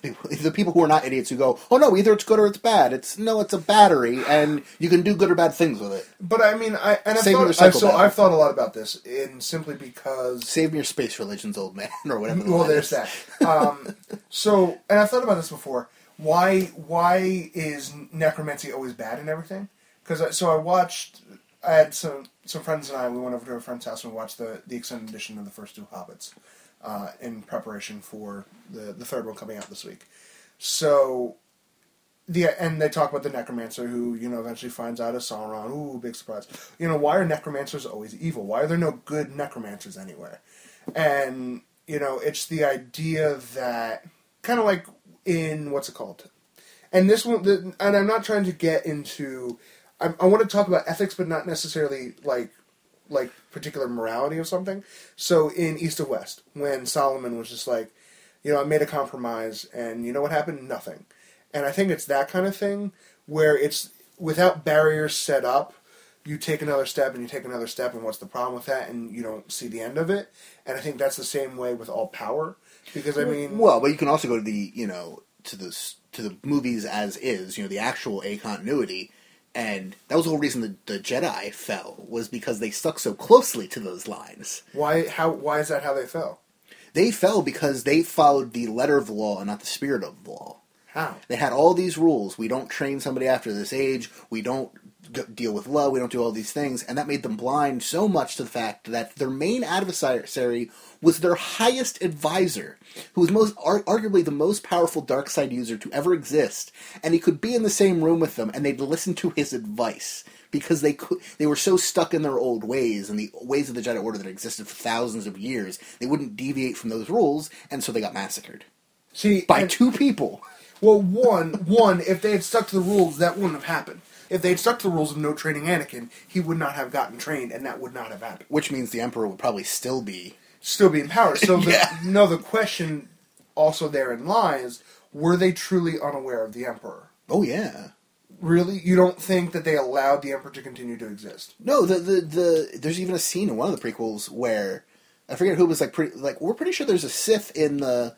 S7: the people- the people who are not idiots who go, "Oh no, either it's good or it's bad." It's no, it's a battery, and you can do good or bad things with it.
S9: But I mean, I and I've
S7: Save
S9: thought,
S7: and recycle
S9: I've, so
S7: that.
S9: I've thought a lot about this, and simply because
S7: Save me your space religions, old man, or whatever. the
S9: well,
S7: line
S9: there's
S7: is.
S9: that. Um, so, and I've thought about this before. Why why is necromancy always bad and everything? Because so I watched. I had some some friends and I. We went over to a friend's house and watched the the extended edition of the first two Hobbits, uh, in preparation for the the third one coming out this week. So. The, and they talk about the necromancer who you know eventually finds out is Sauron. Ooh, big surprise! You know why are necromancers always evil? Why are there no good necromancers anywhere? and you know it's the idea that kind of like in what's it called and this one the, and i'm not trying to get into I, I want to talk about ethics, but not necessarily like like particular morality or something. So in East of West, when Solomon was just like, you know, I made a compromise, and you know what happened? Nothing. And I think it's that kind of thing where it's without barriers set up. You take another step and you take another step, and what's the problem with that? And you don't see the end of it. And I think that's the same way with all power, because I mean,
S7: Well, but you can also go to the you know to the s- to the movies as is, you know, the actual a continuity, and that was the whole reason the, the Jedi fell was because they stuck so closely to those lines.
S9: Why? How? Why is that how they fell?
S7: They fell because they followed the letter of the law and not the spirit of the law.
S9: How?
S7: They had all these rules. We don't train somebody after this age. We don't g- deal with love. We don't do all these things. And that made them blind so much to the fact that their main adversary was their highest advisor, who was most ar- arguably the most powerful dark side user to ever exist. And he could be in the same room with them, and they'd listen to his advice because they could, they were so stuck in their old ways and the ways of the Jedi Order that existed for thousands of years. They wouldn't deviate from those rules, and so they got massacred
S9: See,
S7: by
S9: and-
S7: two people.
S9: Well, one, one. If they had stuck to the rules, that wouldn't have happened. If they had stuck to the rules of no training Anakin, he would not have gotten trained, and that would not have happened.
S7: which means the emperor would probably still be
S9: Still be in power. So, the,
S7: Yeah.
S9: no. The question also therein lies: Were they truly unaware of the Emperor?
S7: oh yeah
S9: Really, you don't think that they allowed the Emperor to continue to exist?
S7: no the the, the there's even a scene in one of the prequels where i forget who was like pretty like we're pretty sure there's a sith in the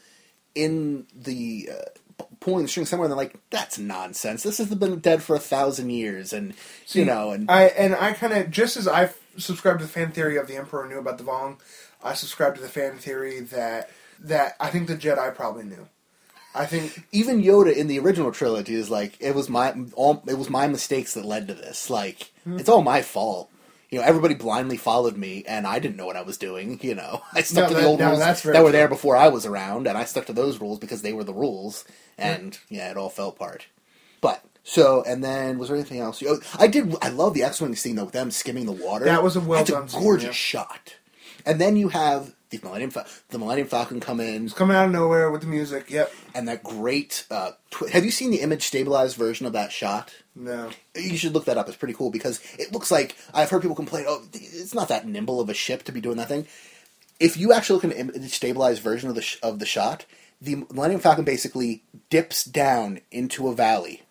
S7: in the uh, p- pulling the string somewhere and they're like that's nonsense this has been dead for a thousand years and you know and
S9: I and I kind of just as I subscribed to the fan theory of the Emperor knew about the Vong, I subscribed to the fan theory that that I think the Jedi probably knew. I think
S7: even yoda in the original trilogy is like it was my all it was my mistakes that led to this like it's all my fault you know, everybody blindly followed me, and I didn't know what I was doing. You know, I stuck
S9: No,
S7: to the
S9: that-
S7: old
S9: no,
S7: rules
S9: that's very
S7: that were
S9: true.
S7: there before I was around, and I stuck to those rules because they were the rules. And yeah, it all fell apart. But so, and then was there anything else? Oh, I did. I love the X-wing scene though, with them skimming the water.
S9: That was a well
S7: That's
S9: done
S7: a
S9: scene,
S7: gorgeous
S9: yeah.
S7: shot. And then you have the Millennium, Fa- the Millennium Falcon come in,
S9: it's coming out of nowhere with the music. Yep.
S7: and that great. Uh, tw- have you seen the image stabilized version of that shot?
S9: No.
S7: you should look that up. It's pretty cool because it looks like I've heard people complain, "Oh, it's not that nimble of a ship to be doing that thing." If you actually look at an im- stabilized version of the sh- of the shot, the Millennium Falcon basically dips down into a valley,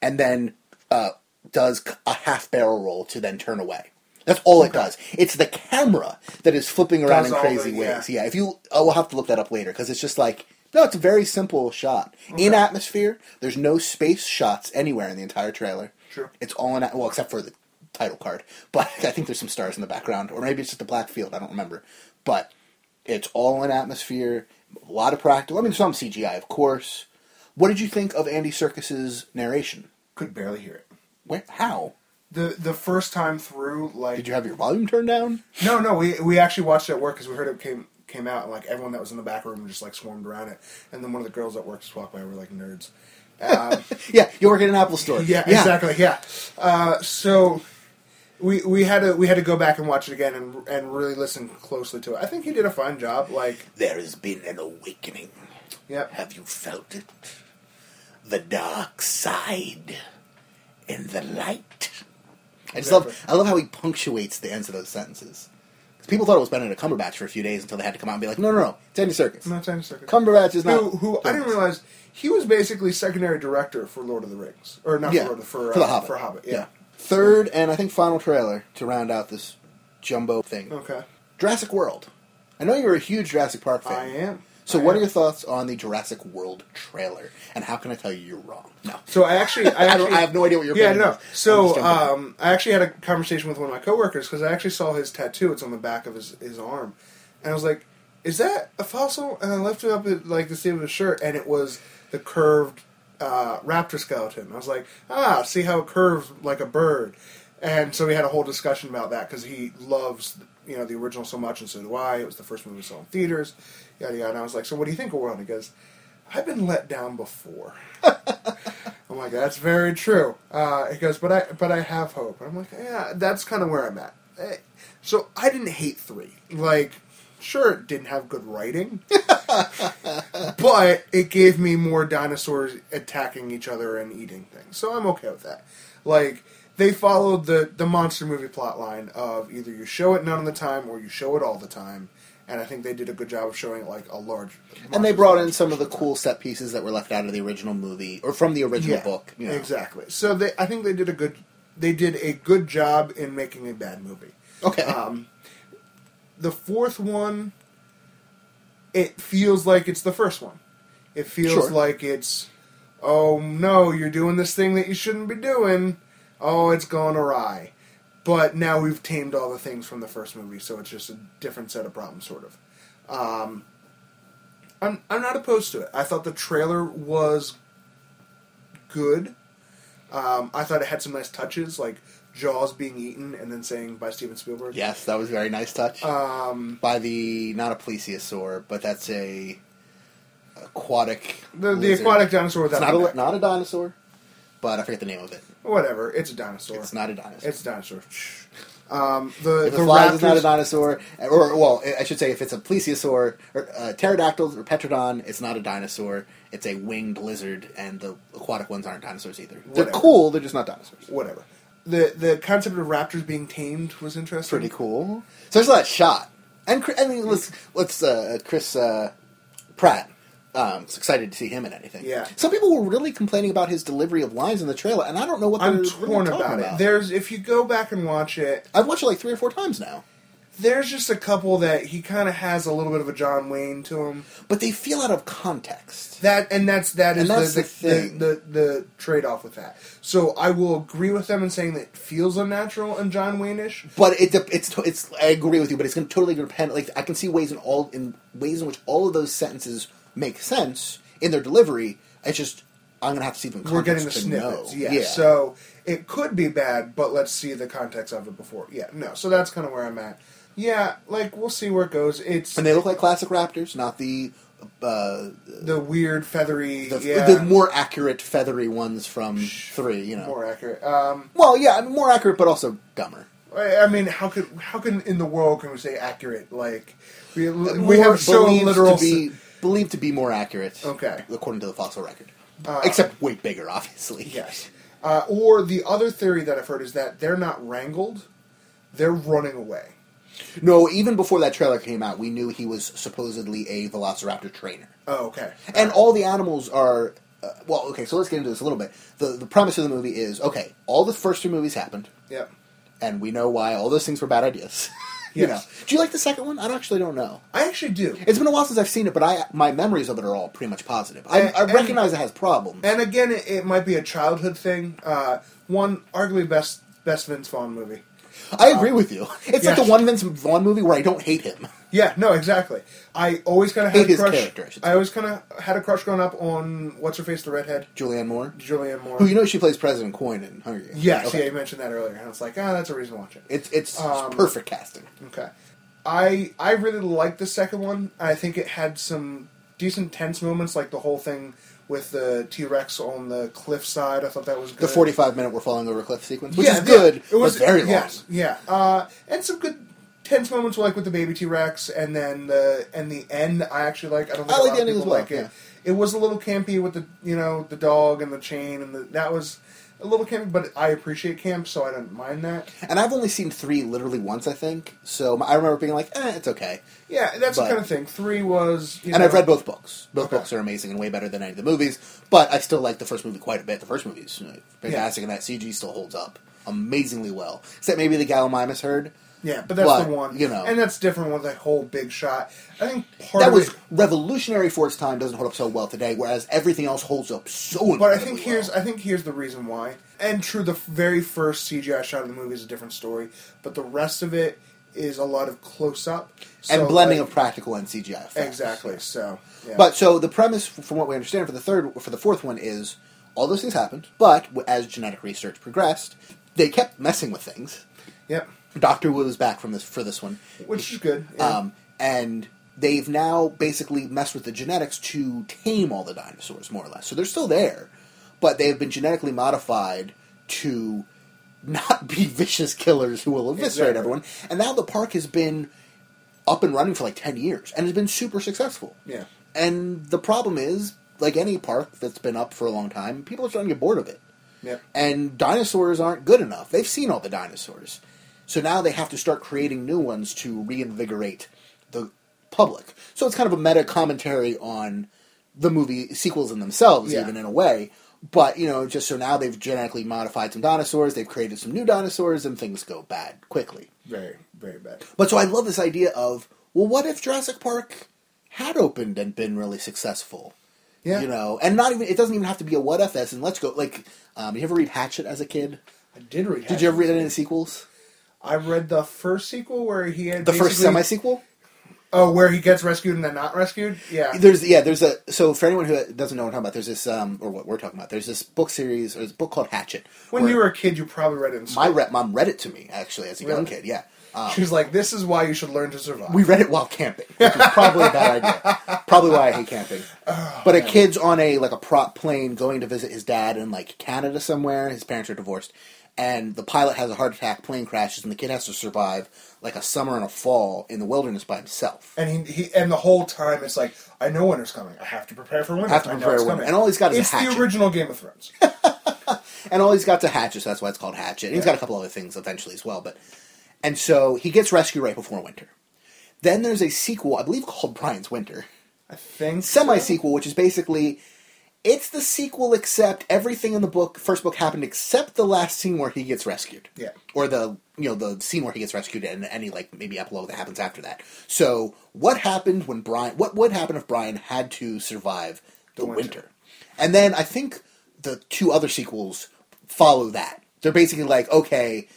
S7: and then uh, does c- a half barrel roll to then turn away. That's all it does. It's the camera that is flipping around
S9: Does
S7: in
S9: all
S7: crazy
S9: the- yeah.
S7: ways. Yeah, if you, oh, we'll have to look that up later because it's just like no, it's a very simple shot in atmosphere. There's no space shots anywhere in the entire trailer.
S9: True.
S7: It's all in well, except for the title card. But I think there's some stars in the background, or maybe it's just a black field. I don't remember. But it's all in atmosphere. A lot of practical. I mean, some CGI, of course. What did you think of Andy Circus's narration?
S9: Could barely hear it.
S7: Where, how
S9: The the first time through, like
S7: did you have your volume turned down?
S9: no no we we actually watched it at work because we heard it came came out and like everyone that was in the back room just like swarmed around it, and then one of the girls at work just walked by. We were like nerds. Um,
S7: Yeah, you work at an Apple store.
S9: Yeah, exactly. Yeah. Uh, so we we had to we had to go back and watch it again and and really listen closely to it. I think he did a fine job. Like,
S7: There has been an awakening.
S9: yep.
S7: Have you felt it? The dark side and the light. I just love I love how he punctuates the ends of those sentences. 'Cause people thought it was Benedict Cumberbatch for a few days until they had to come out and be like, no, no, no, it's Andy Serkis.
S9: Not Tiny Circus.
S7: Cumberbatch is not.
S9: who, who I didn't realize he was basically secondary director for Lord of the Rings, or not
S7: Yeah,
S9: for Lord of for, uh,
S7: for the Hobbit.
S9: For Hobbit, yeah.
S7: Third and I think final trailer to round out this jumbo thing.
S9: Okay,
S7: Jurassic World. I know you're a huge Jurassic Park fan.
S9: I am.
S7: So
S9: I
S7: what
S9: am.
S7: are your thoughts on the Jurassic World trailer? And how can I tell you you're wrong? No.
S9: So I actually, I,
S7: I don't-
S9: actually,
S7: I have no idea what you're
S9: Yeah,
S7: paying
S9: no.
S7: for. I'm just
S9: So
S7: jumping
S9: um, I actually had a conversation with one of my coworkers because I actually saw his tattoo. It's on the back of his, his arm, and I was like, "Is that a fossil?" And I left it up at, like the sleeve of his shirt, and it was the curved uh, raptor skeleton. I was like, "Ah, see how it curves like a bird." And so we had a whole discussion about that because he loves you know the original so much, and so do I. It was the first movie we saw in theaters, yada yada. And I was like, "So what do you think of World?" And he goes, "I've been let down before." I'm like, that's very true. Uh, it goes, but I, but I have hope. And I'm like, yeah, that's kind of where I'm at. Eh, So I didn't hate three. Like, sure, it didn't have good writing, but it gave me more dinosaurs attacking each other and eating things. So I'm okay with that. Like, they followed the the monster movie plot line of either you show it none of the time or you show it all the time, and I think they did a good job of showing like a large.
S7: And they brought in some of the cool set pieces that were left out of the original movie or from the original
S9: yeah,
S7: book. you know.
S9: exactly. So they, I think they did a good they did a good job in making a bad movie.
S7: Okay.
S9: Um, The fourth one, it feels like it's the first one. It feels
S7: Sure.
S9: like it's, oh no, you're doing this thing that you shouldn't be doing. Oh, it's gone awry. But now we've tamed all the things from the first movie, so it's just a different set of problems, sort of. Um, I'm I'm not opposed to it. I thought the trailer was good. Um, I thought it had some nice touches, like Jaws being eaten and then saying by Steven Spielberg.
S7: yes, that was a very nice touch.
S9: Um,
S7: By the, not a plesiosaur, but that's a aquatic.
S9: the, the
S7: lizard.
S9: aquatic dinosaur
S7: It's
S9: without
S7: not
S9: the
S7: a,
S9: neck.
S7: not a dinosaur, but I forget the name of it.
S9: whatever. It's a dinosaur.
S7: It's not a dinosaur.
S9: It's a dinosaur. Shh. Um, the
S7: if
S9: the
S7: a fly is not a
S9: raptors.
S7: dinosaur, or well, I should say if it's a plesiosaur or uh, pterodactyls or petrodon, it's not a dinosaur. It's a winged lizard, and the aquatic ones aren't dinosaurs either. They're
S9: Whatever.
S7: cool. They're just not dinosaurs.
S9: whatever. The the concept of raptors being tamed was interesting.
S7: Pretty cool. So there's that shot, and Chri- I mean, let's let's uh, Chris uh, Pratt. Um, it's excited to see him in anything.
S9: Yeah.
S7: Some people were really complaining about his delivery of lines in the trailer, and I don't know what they're
S9: I'm
S7: really
S9: torn
S7: talking
S9: about it. There's if you go back and watch it,
S7: I've watched it like three or four times now.
S9: there's just a couple that he kind of has a little bit of a John Wayne to him.
S7: but they feel out of context.
S9: That and that's that
S7: And
S9: is
S7: that's
S9: the, the,
S7: the
S9: the,
S7: thing.
S9: the, trade off with that. So I will agree with them in saying that it feels unnatural and John Wayne-ish.
S7: But it, dep- it's to- it's I agree with you, but it's going to totally depend. Like I can see ways in all in ways in which all of those sentences make sense in their delivery. It's just I'm going to have to see them. in
S9: We're getting the
S7: context to
S9: snippets,
S7: know.
S9: yeah. So it could be bad, but let's see the context of it before. Yeah, no. So that's kind of where I'm at. Yeah, like we'll see where it goes. It's
S7: and they look like classic raptors, not the uh,
S9: the weird feathery,
S7: the,
S9: yeah,
S7: the more accurate feathery ones from three. You know,
S9: more accurate. Um,
S7: well, yeah, I mean, more accurate, but also dumber.
S9: I I mean, how could how can in the world can we say accurate? Like we,
S7: More
S9: we have so
S7: believed
S9: literal.
S7: to be believed to be more accurate.
S9: Okay. Uh,
S7: according to the fossil record, except way bigger, obviously.
S9: Yes. Uh, or the other theory that I've heard is that they're not wrangled; they're running away.
S7: No, even before that trailer came out, we knew he was supposedly a velociraptor trainer.
S9: Oh, okay.
S7: And all the animals are. Uh, well, okay, so let's get into this a little bit. The, the premise of the movie is okay, all the first two movies happened,
S9: Yep.
S7: and we know why all those things were bad ideas. you
S9: Yes.
S7: know. Do you like the second one? I don't- actually don't know.
S9: I actually do.
S7: It's been a while since I've seen it, but I my memories of it are all pretty much positive. I,
S9: And-
S7: I
S9: and-
S7: recognize it has problems.
S9: And again, it, it might be a childhood thing. Uh, one arguably best best Vince Vaughn movie.
S7: I agree with you. It's like
S9: yeah.
S7: the one Vince Vaughn movie where I don't hate him.
S9: Yeah, no, exactly. I always kind of
S7: Hate
S9: had a
S7: his
S9: crush.
S7: character, I should say.
S9: I always kind of had a crush growing up on what's her face, the redhead,
S7: Julianne Moore,
S9: Julianne Moore.
S7: who Oh, you know she plays President Coin in Hunger Games.
S9: yes,
S7: Okay.
S9: yeah, you mentioned that earlier, and I was like, ah, that's a reason to watch it.
S7: It's it's
S9: Um,
S7: perfect casting.
S9: Okay, I I really liked the second one. I think it had some decent tense moments, like the whole thing with the T Rex on the cliffside. I thought that was good.
S7: The forty-five minute we're falling over a cliff sequence, which is
S9: yeah,
S7: good,
S9: It was
S7: but very long.
S9: Yes, yeah, uh, and some good tense moments like with the baby T Rex, and then the and the end. I actually like. I don't. Think
S7: I
S9: a
S7: like
S9: lot
S7: the
S9: of
S7: ending
S9: people
S7: as well,
S9: Like it.
S7: yeah.
S9: it was a little campy with the you know the dog and the chain and the, that was a little campy, but I appreciate camp, so I didn't mind that.
S7: And I've only seen three literally once, I think. So my- I remember being like, "Eh, it's okay."
S9: Yeah, that's
S7: But-
S9: the kind of thing. Three was. You
S7: And
S9: know,
S7: I've read both books. Both
S9: Okay.
S7: books are amazing and way better than any of the movies. But I still like the first movie quite a bit. The first movie is you know, fantastic, and that CG still holds up amazingly well. Except maybe the Gallimimus herd.
S9: Yeah, but that's
S7: but,
S9: the one.
S7: you know.
S9: and that's different with that whole big shot. I think part
S7: That
S9: of
S7: was
S9: it,
S7: revolutionary for its time. Doesn't hold up so well today, whereas everything else holds up so.
S9: But I
S7: incredibly
S9: think here's
S7: well.
S9: I think here's the reason why. And true, the very first CGI shot of the movie is a different story, but the rest of it is a lot of close up
S7: and blending of practical and CGI. Effects.
S9: uh, exactly. So, yeah.
S7: But so the premise, from what we understand, for the third, for the fourth one is all those things happened, but w- as genetic research progressed, they kept messing with things.
S9: yep,
S7: Doctor Wu is back from this for this one,
S9: which is good. yeah.
S7: um, and they've now basically messed with the genetics to tame all the dinosaurs, more or less. So they're still there, but they have been genetically modified to not be vicious killers who will eviscerate
S9: Exactly.
S7: everyone. And now the park has been up and running for like ten years, and has been super successful.
S9: yeah.
S7: And the problem is, like any park that's been up for a long time, people are starting to get bored of it.
S9: Yep.
S7: And dinosaurs aren't good enough. They've seen all the dinosaurs. So now they have to start creating new ones to reinvigorate the public. So it's kind of a meta commentary on the movie sequels in themselves,
S9: Yeah.
S7: even in a way. But, you know, just so now they've genetically modified some dinosaurs, they've created some new dinosaurs, and things go bad quickly.
S9: Very, very bad.
S7: But so I love this idea of well, what if Jurassic Park had opened and been really successful?
S9: Yeah.
S7: You know, and not even it doesn't even have to be a what if as and let's go like um you ever read Hatchet as a kid?
S9: I did read.
S7: Did you ever read any of the sequels?
S9: I read the first sequel where he had
S7: The first
S9: basically-
S7: semi sequel?
S9: Oh, where he gets rescued and then not rescued. Yeah.
S7: There's yeah, there's a so for anyone who doesn't know what I'm talking about, there's this um or what we're talking about, there's this book series or this book called Hatchet.
S9: when
S7: where
S9: you were a kid, you probably read it. In school.
S7: my rep mom read it to me actually as a young
S9: Really?
S7: kid, yeah. Um,
S9: She was like, "This is why you should learn to survive."
S7: We read it while camping, which is probably a bad idea. Probably why I hate camping. but a kid's on a like a prop plane going to visit his dad in like Canada somewhere. His parents are divorced, and the pilot has a heart attack. Plane crashes, and the kid has to survive like a summer and a fall in the wilderness by himself.
S9: and he, he and the whole time it's like, "I know winter's coming. I have to prepare for winter.
S7: I have to
S9: know
S7: prepare
S9: it's
S7: winter."
S9: coming."
S7: And all he's got is a
S9: it's
S7: hatchet.
S9: the original Game of Thrones.
S7: And all he's got's a hatchet, so that's why it's called Hatchet. And He's got a couple other things eventually as well, but and so he gets rescued right before winter. Then there's a sequel, I believe, called Brian's Winter.
S9: I think
S7: semi
S9: so.
S7: sequel, which is basically it's the sequel except everything in the book first book happened except the last scene where he gets rescued.
S9: Yeah.
S7: Or the you know, the scene where he gets rescued and any like maybe epilogue that happens after that. So what happened when Brian what would happen if Brian had to survive the,
S9: winter.
S7: winter. And then I think the two other sequels follow that. They're basically like, okay,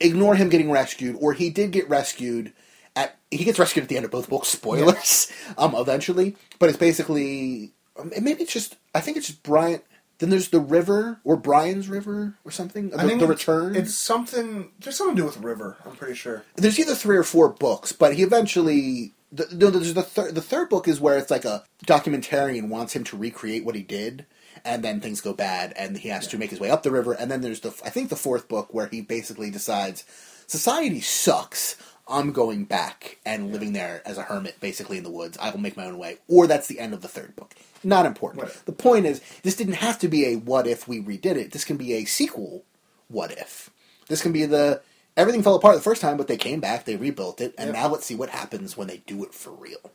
S7: ignore him getting rescued, or he did get rescued at he gets rescued at the end of both books. Spoilers, um, eventually, but it's basically um, and maybe it's just I think it's just Brian. Then there's the river or Brian's river or something. The,
S9: I think
S7: the
S9: it's-
S7: return.
S9: It's something. There's something to do with river. I'm pretty sure.
S7: there's either three or four books, but he eventually. The, no, there's the third. The third book is where it's like a documentarian wants him to recreate what he did, and then things go bad, and he has to make his way up the river. And then there's the I think the fourth book where he basically decides society sucks. I'm going back and living there as a hermit, basically in the woods. I will make my own way. Or that's the end of the third book. Not important.
S9: Whatever.
S7: The point is, this didn't have to be a what if we redid it. This can be a sequel what if. This can be the everything fell apart the first time, but they came back, they rebuilt it, and
S9: Yep.
S7: now let's see what happens when they do it for real.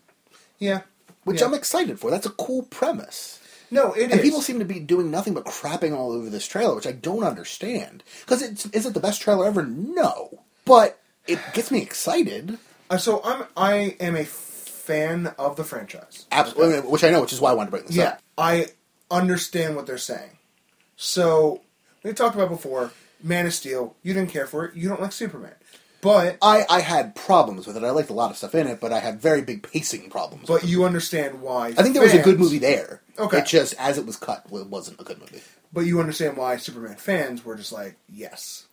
S9: Yeah.
S7: Which
S9: Yeah.
S7: I'm excited for. That's a cool premise.
S9: No, it is.
S7: and people seem to be doing nothing but crapping all over this trailer, which I don't understand. Because is it the best trailer ever? No. But it gets me excited.
S9: Uh, so I'm. I am a fan of the franchise.
S7: Absolutely, which I know, which is why I wanted to bring this
S9: Yeah,
S7: up.
S9: I understand what they're saying. So we talked about before. Man of Steel. You didn't care for it. You don't like Superman. But
S7: I, I had problems with it. I liked a lot of stuff in it, but I had very big pacing problems.
S9: but you understand why.
S7: I think there was a good movie there.
S9: Okay.
S7: It just, as it was cut, it wasn't a good movie.
S9: But you understand why Superman fans were just like, yes.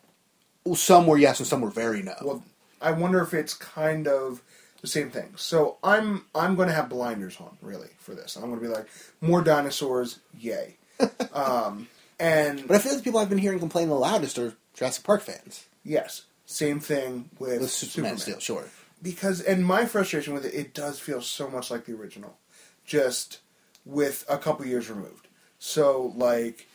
S7: Well, some were yes and some were very no.
S9: Well, I wonder if it's kind of the same thing. So I'm I'm going to have blinders on really for this. I'm going to be like more dinosaurs, yay. um, and
S7: but I feel like the people I've been hearing complain the loudest are Jurassic Park fans.
S9: yes, same thing with,
S7: With
S9: Superman.
S7: Superman, still, sure.
S9: because and my frustration with it it does feel so much like the original just with a couple years removed so like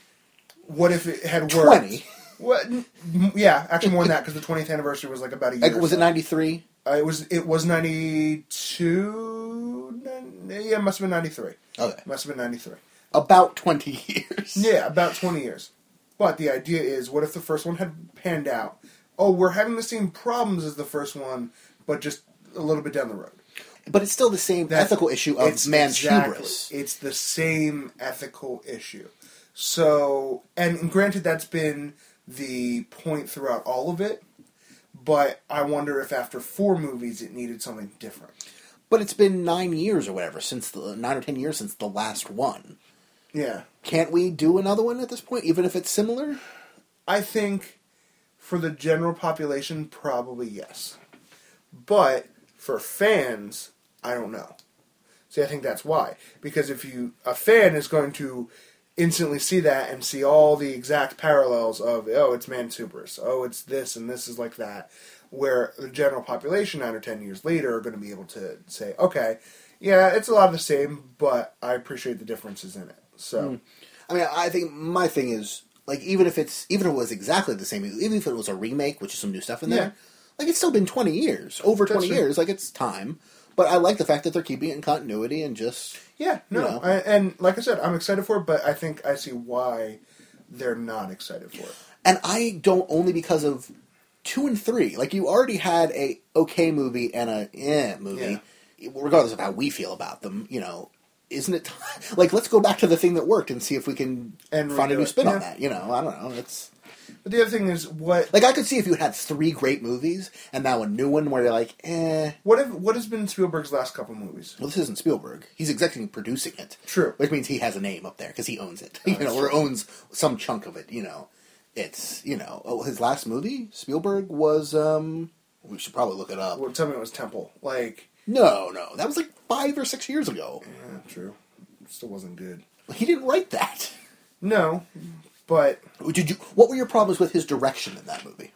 S9: what if it had worked
S7: 20.
S9: what n- m- yeah actually more than that because the 20th anniversary was like about a year
S7: Like,
S9: or
S7: was it
S9: so.
S7: 93?
S9: uh, it was it was 92 nin- yeah it must have been 93
S7: Okay.
S9: must have been 93
S7: About 20 years.
S9: yeah, about 20 years. But the idea is, what if the first one had panned out? Oh, we're having the same problems as the first one, but just a little bit down the road.
S7: But it's still the same
S9: That-
S7: ethical issue of man's
S9: exactly-
S7: hubris.
S9: It's the same ethical issue. So, and granted, that's been the point throughout all of it. But I wonder if after four movies, it needed something different.
S7: But it's been nine years or whatever, since the nine or 10 years since the last one.
S9: Yeah,
S7: Can't we do another one at this point, even if it's similar?
S9: I think for the general population, probably yes. But for fans, I don't know. See, I think that's why. Because if you, a fan is going to instantly see that and see all the exact parallels of, oh, it's Man Supers, oh, it's this and this is like that, where the general population nine or ten years later are going to be able to say, okay, yeah, it's a lot of the same, but I appreciate the differences in it. So,
S7: I mean, I think my thing is, Like even if it's even if it was exactly the same, even if it was a remake, which is some new stuff in there,
S9: Yeah.
S7: like it's still been twenty years, over twenty
S9: true.
S7: years. Like it's time. But I like the fact that they're keeping it in continuity and just
S9: Yeah, no,
S7: You know.
S9: I, and like I said, I'm excited for it, but I think I see why they're not excited for it.
S7: and I don't only because of two and three. Like you already had a okay movie and a eh movie, regardless of how we feel about them. You know, isn't it time? Like let's go back to the thing that worked and see if we can
S9: And
S7: find a
S9: redo
S7: new
S9: it.
S7: spin
S9: Yeah.
S7: on that. You know, I don't know. It's
S9: But the other thing is, what
S7: like I could see if you had three great movies and now a new one where you're like, eh.
S9: what have what has been Spielberg's last couple movies?
S7: Well, this isn't Spielberg. He's executive producing it.
S9: True.
S7: Which means he has a name up there because he owns it, you know, or owns some chunk of it, you know. It's, you know, oh, his last movie, Spielberg, was, um, we should probably look it up.
S9: Well, tell me it was Temple. Like,
S7: No, no, that was like five or six years ago.
S9: yeah, true, still wasn't good.
S7: He didn't write that.
S9: No, but
S7: Did you, what were your problems with his direction in that movie?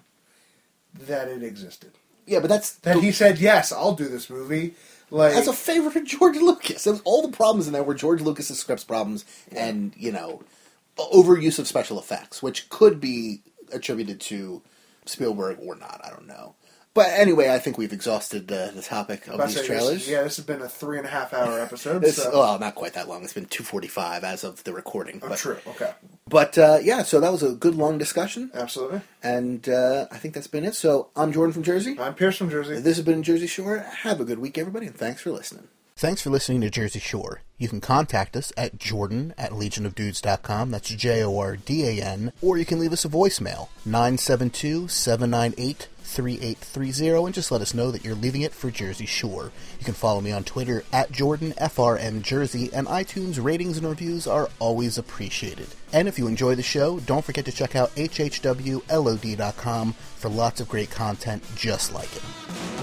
S9: that it existed.
S7: Yeah, but that's,
S9: That he said yes, I'll do this movie. Like,
S7: that's a favorite of George Lucas. That was all the problems in there were George Lucas's scripts problems and, you know, overuse of special effects, which could be attributed to Spielberg or not. I don't know. But anyway, I think we've exhausted the, the topic of
S9: I
S7: these
S9: said, this-
S7: trailers.
S9: yeah, this has been a three and a half hour episode.
S7: It's,
S9: so.
S7: well, not quite that long. It's been 245 as of the recording.
S9: Oh,
S7: but
S9: true. Okay,
S7: but uh, yeah, so that was a good long discussion.
S9: absolutely.
S7: And uh, I think that's been it. So I'm Jordan from Jersey.
S9: I'm Pierce from Jersey.
S7: This has been Jersey Shore. Have a good week, everybody, and thanks for listening. Thanks for listening to Jersey Shore. You can contact us at jordan at legionofdudes.com. That's J O R D A N. Or you can leave us a voicemail, 972 798 3830, and just let us know that you're leaving it for Jersey Shore. You can follow me on Twitter at Jordan FRM Jersey, and iTunes ratings and reviews are always appreciated. And if you enjoy the show, don't forget to check out hhwlod.com for lots of great content just like it.